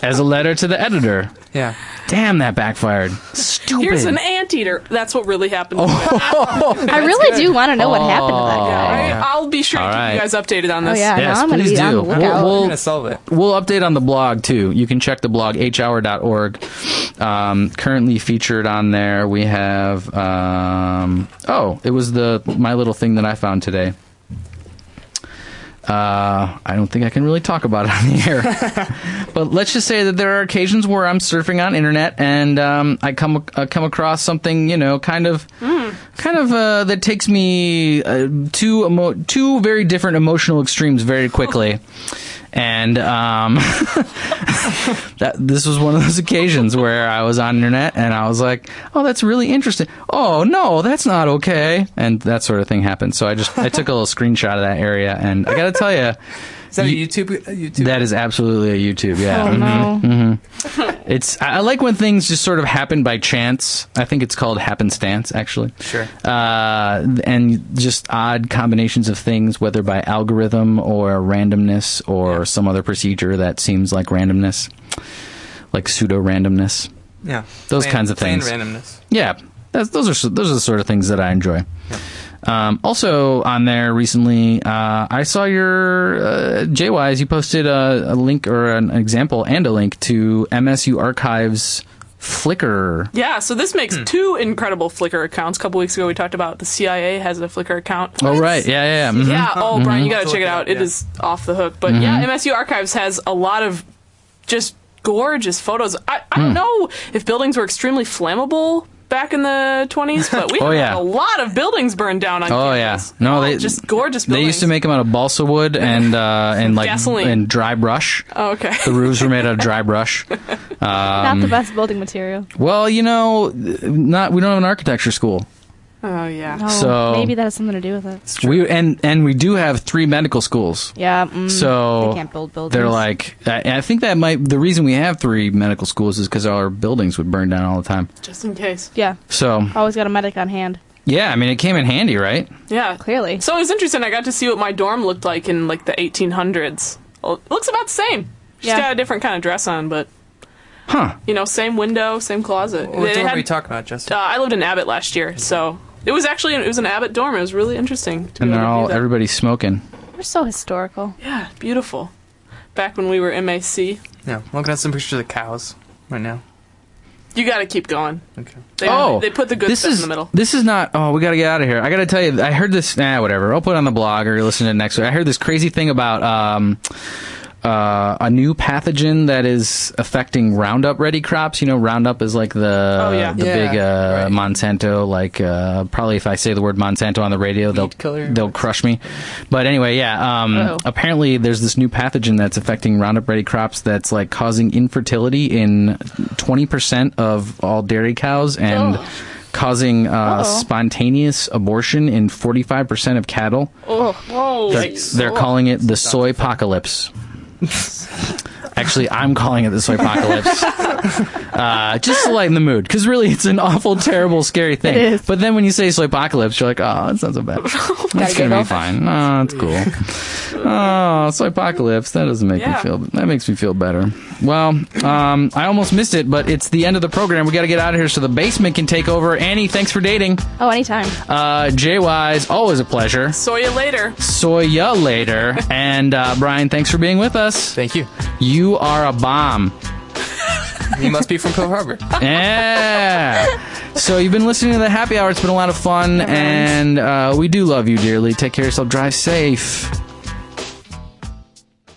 Speaker 3: as a letter to the editor.
Speaker 6: Yeah.
Speaker 3: Damn, that backfired. Stupid.
Speaker 4: Here's an anteater. That's what really happened.
Speaker 3: Oh.
Speaker 5: I really do want to know what happened to that guy.
Speaker 4: Yeah, I, will be sure to
Speaker 3: All
Speaker 4: keep
Speaker 3: right.
Speaker 4: you guys updated on
Speaker 5: Oh,
Speaker 4: this.
Speaker 5: yeah,
Speaker 3: yes,
Speaker 5: now I'm gonna
Speaker 3: please
Speaker 5: be on
Speaker 3: do.
Speaker 5: the lookout.
Speaker 3: We'll,
Speaker 5: We're
Speaker 3: we'll,
Speaker 5: gonna
Speaker 6: solve it.
Speaker 3: we'll update on the blog too. You can check the blog hr.org. Um, currently featured on there, we have. Um, oh, it was the my little thing that I found today. Uh, I don't think I can really talk about it on the air, but let's just say that there are occasions where I'm surfing on internet and um, I come uh, come across something you know kind of kind of uh, that takes me uh, two emo- two very different emotional extremes very quickly, and um, that this was one of those occasions where I was on internet and I was like, "Oh, that's really interesting. Oh no, that's not okay," and that sort of thing happened. So I just I took a little screenshot of that area, and I got to tell you.
Speaker 6: Is that a YouTube? a YouTube?
Speaker 3: That is absolutely a YouTube. Yeah.
Speaker 6: Oh, no.
Speaker 3: Mhm, mhm. it's. I I like when things just sort of happen by chance. I think it's called happenstance, actually.
Speaker 6: Sure.
Speaker 3: Uh, and just odd combinations of things, whether by algorithm or randomness or some other procedure that seems like randomness, like pseudo randomness.
Speaker 6: Yeah.
Speaker 3: Those
Speaker 6: Plain-
Speaker 3: kinds of
Speaker 6: plain
Speaker 3: things.
Speaker 6: randomness.
Speaker 3: Yeah, that's, those are s- those are the sort of things that I enjoy. Um, also on there recently, uh, I saw your uh, JWise. You posted a, a link or an example and a link to MSU Archives Flickr.
Speaker 4: Yeah, so this makes
Speaker 3: Hmm.
Speaker 4: two incredible Flickr accounts. A couple weeks ago, we talked about the CIA has a Flickr account.
Speaker 3: Oh right, yeah, yeah, yeah. mhm.
Speaker 4: Yeah. Oh, Brian, you
Speaker 3: Mhm.
Speaker 4: gotta check it out. It is off the hook.
Speaker 3: Mm-hmm.
Speaker 4: But yeah, MSU Archives has a lot of just gorgeous photos. I, I
Speaker 3: Mm.
Speaker 4: don't know if buildings were extremely flammable back in the 20s, but we
Speaker 3: Oh,
Speaker 4: had
Speaker 3: yeah.
Speaker 4: a lot of buildings burned down on
Speaker 3: Oh
Speaker 4: campus.
Speaker 3: yeah, no, they
Speaker 4: just gorgeous
Speaker 3: They used to make them out of balsa wood and uh, and like
Speaker 4: Gasoline.
Speaker 3: and dry brush.
Speaker 4: Oh, okay.
Speaker 3: The roofs were made out of dry brush. Um,
Speaker 5: Not the best building material.
Speaker 3: Well, you know, not we don't have an architecture school.
Speaker 4: Oh yeah.
Speaker 5: No,
Speaker 3: So-
Speaker 5: maybe that has something to do with it.
Speaker 3: We and and we do have three medical schools.
Speaker 5: Yeah. Mm,
Speaker 3: So
Speaker 5: they can't build buildings.
Speaker 3: They're like, I, I think that might the reason we have three medical schools is because our buildings would burn down all the time.
Speaker 4: Just in case.
Speaker 5: Yeah.
Speaker 3: So
Speaker 5: Always got a medic on hand.
Speaker 3: yeah, I mean, it came in handy, right?
Speaker 4: Yeah,
Speaker 5: clearly.
Speaker 4: So it was interesting. I got to see what my dorm looked like in like the 1800s. Well, it looks about the same. Just
Speaker 5: Yeah.
Speaker 4: got a different kind of dress on, but
Speaker 3: huh?
Speaker 4: You know, same window, same closet.
Speaker 6: What
Speaker 4: They
Speaker 6: dorm
Speaker 4: had-
Speaker 6: are you talking about, Justin?
Speaker 4: Uh, I lived in Abbott last year, so it was actually it was an Abbott dorm. It was really interesting. To
Speaker 3: And
Speaker 4: be
Speaker 3: they're
Speaker 4: able to do
Speaker 3: all
Speaker 4: that.
Speaker 3: everybody's smoking.
Speaker 5: We're so historical.
Speaker 4: Yeah, beautiful. Back when we were MAC,
Speaker 6: yeah. Looking at some pictures of cows right now.
Speaker 4: you got to keep going.
Speaker 6: Okay.
Speaker 4: They,
Speaker 3: oh,
Speaker 4: they put the good
Speaker 3: this
Speaker 4: stuff
Speaker 3: is,
Speaker 4: in the middle.
Speaker 3: This is not. Oh, we got to get out of here. I got to tell you, I heard this. Nah, whatever. I'll put it on the blog or listen to it next week. I heard this crazy thing about um, uh, a new pathogen that is affecting Roundup Ready crops. You know, Roundup is like the
Speaker 6: Oh, yeah.
Speaker 3: the
Speaker 6: Yeah,
Speaker 3: big uh, Monsanto. Like uh, probably if I say the word Monsanto on the radio, they'll
Speaker 6: killer.
Speaker 3: they'll crush me. But anyway, yeah. Um,
Speaker 6: Uh-oh.
Speaker 3: apparently, there's this new pathogen that's affecting Roundup Ready crops that's like causing infertility in 20% of all dairy cows and
Speaker 4: Oh.
Speaker 3: causing uh,
Speaker 4: Uh-oh.
Speaker 3: spontaneous abortion in 45% of cattle.
Speaker 4: Oh, whoa!
Speaker 3: They're,
Speaker 6: Oh.
Speaker 3: they're calling it the soy apocalypse. Actually, I'm calling it the soy apocalypse. uh, just to lighten the mood, because really, it's an awful, terrible, scary thing.
Speaker 6: It is.
Speaker 3: But then when you say soy apocalypse, you're like, oh, it's not so bad.
Speaker 6: Gotta
Speaker 3: it's gonna
Speaker 6: giggle.
Speaker 3: be fine. Oh, it's cool. Oh, so apocalypse. That doesn't make me
Speaker 4: Yeah.
Speaker 3: feel. That makes me feel better. Well, um, I almost missed it, but it's the end of the program. We got to get out of here so the basement can take over. Annie, thanks for dating.
Speaker 5: Oh, anytime.
Speaker 3: Uh, Jay Wise, always a pleasure.
Speaker 4: Saw you later.
Speaker 3: Soy ya later. and uh, Brian, thanks for being with us.
Speaker 6: Thank you.
Speaker 3: You are a bomb.
Speaker 6: You must be from Pearl Harbor.
Speaker 3: Yeah. So you've been listening to the happy hour. It's been a lot of fun, and uh, we do love you dearly. Take care of yourself. Drive safe.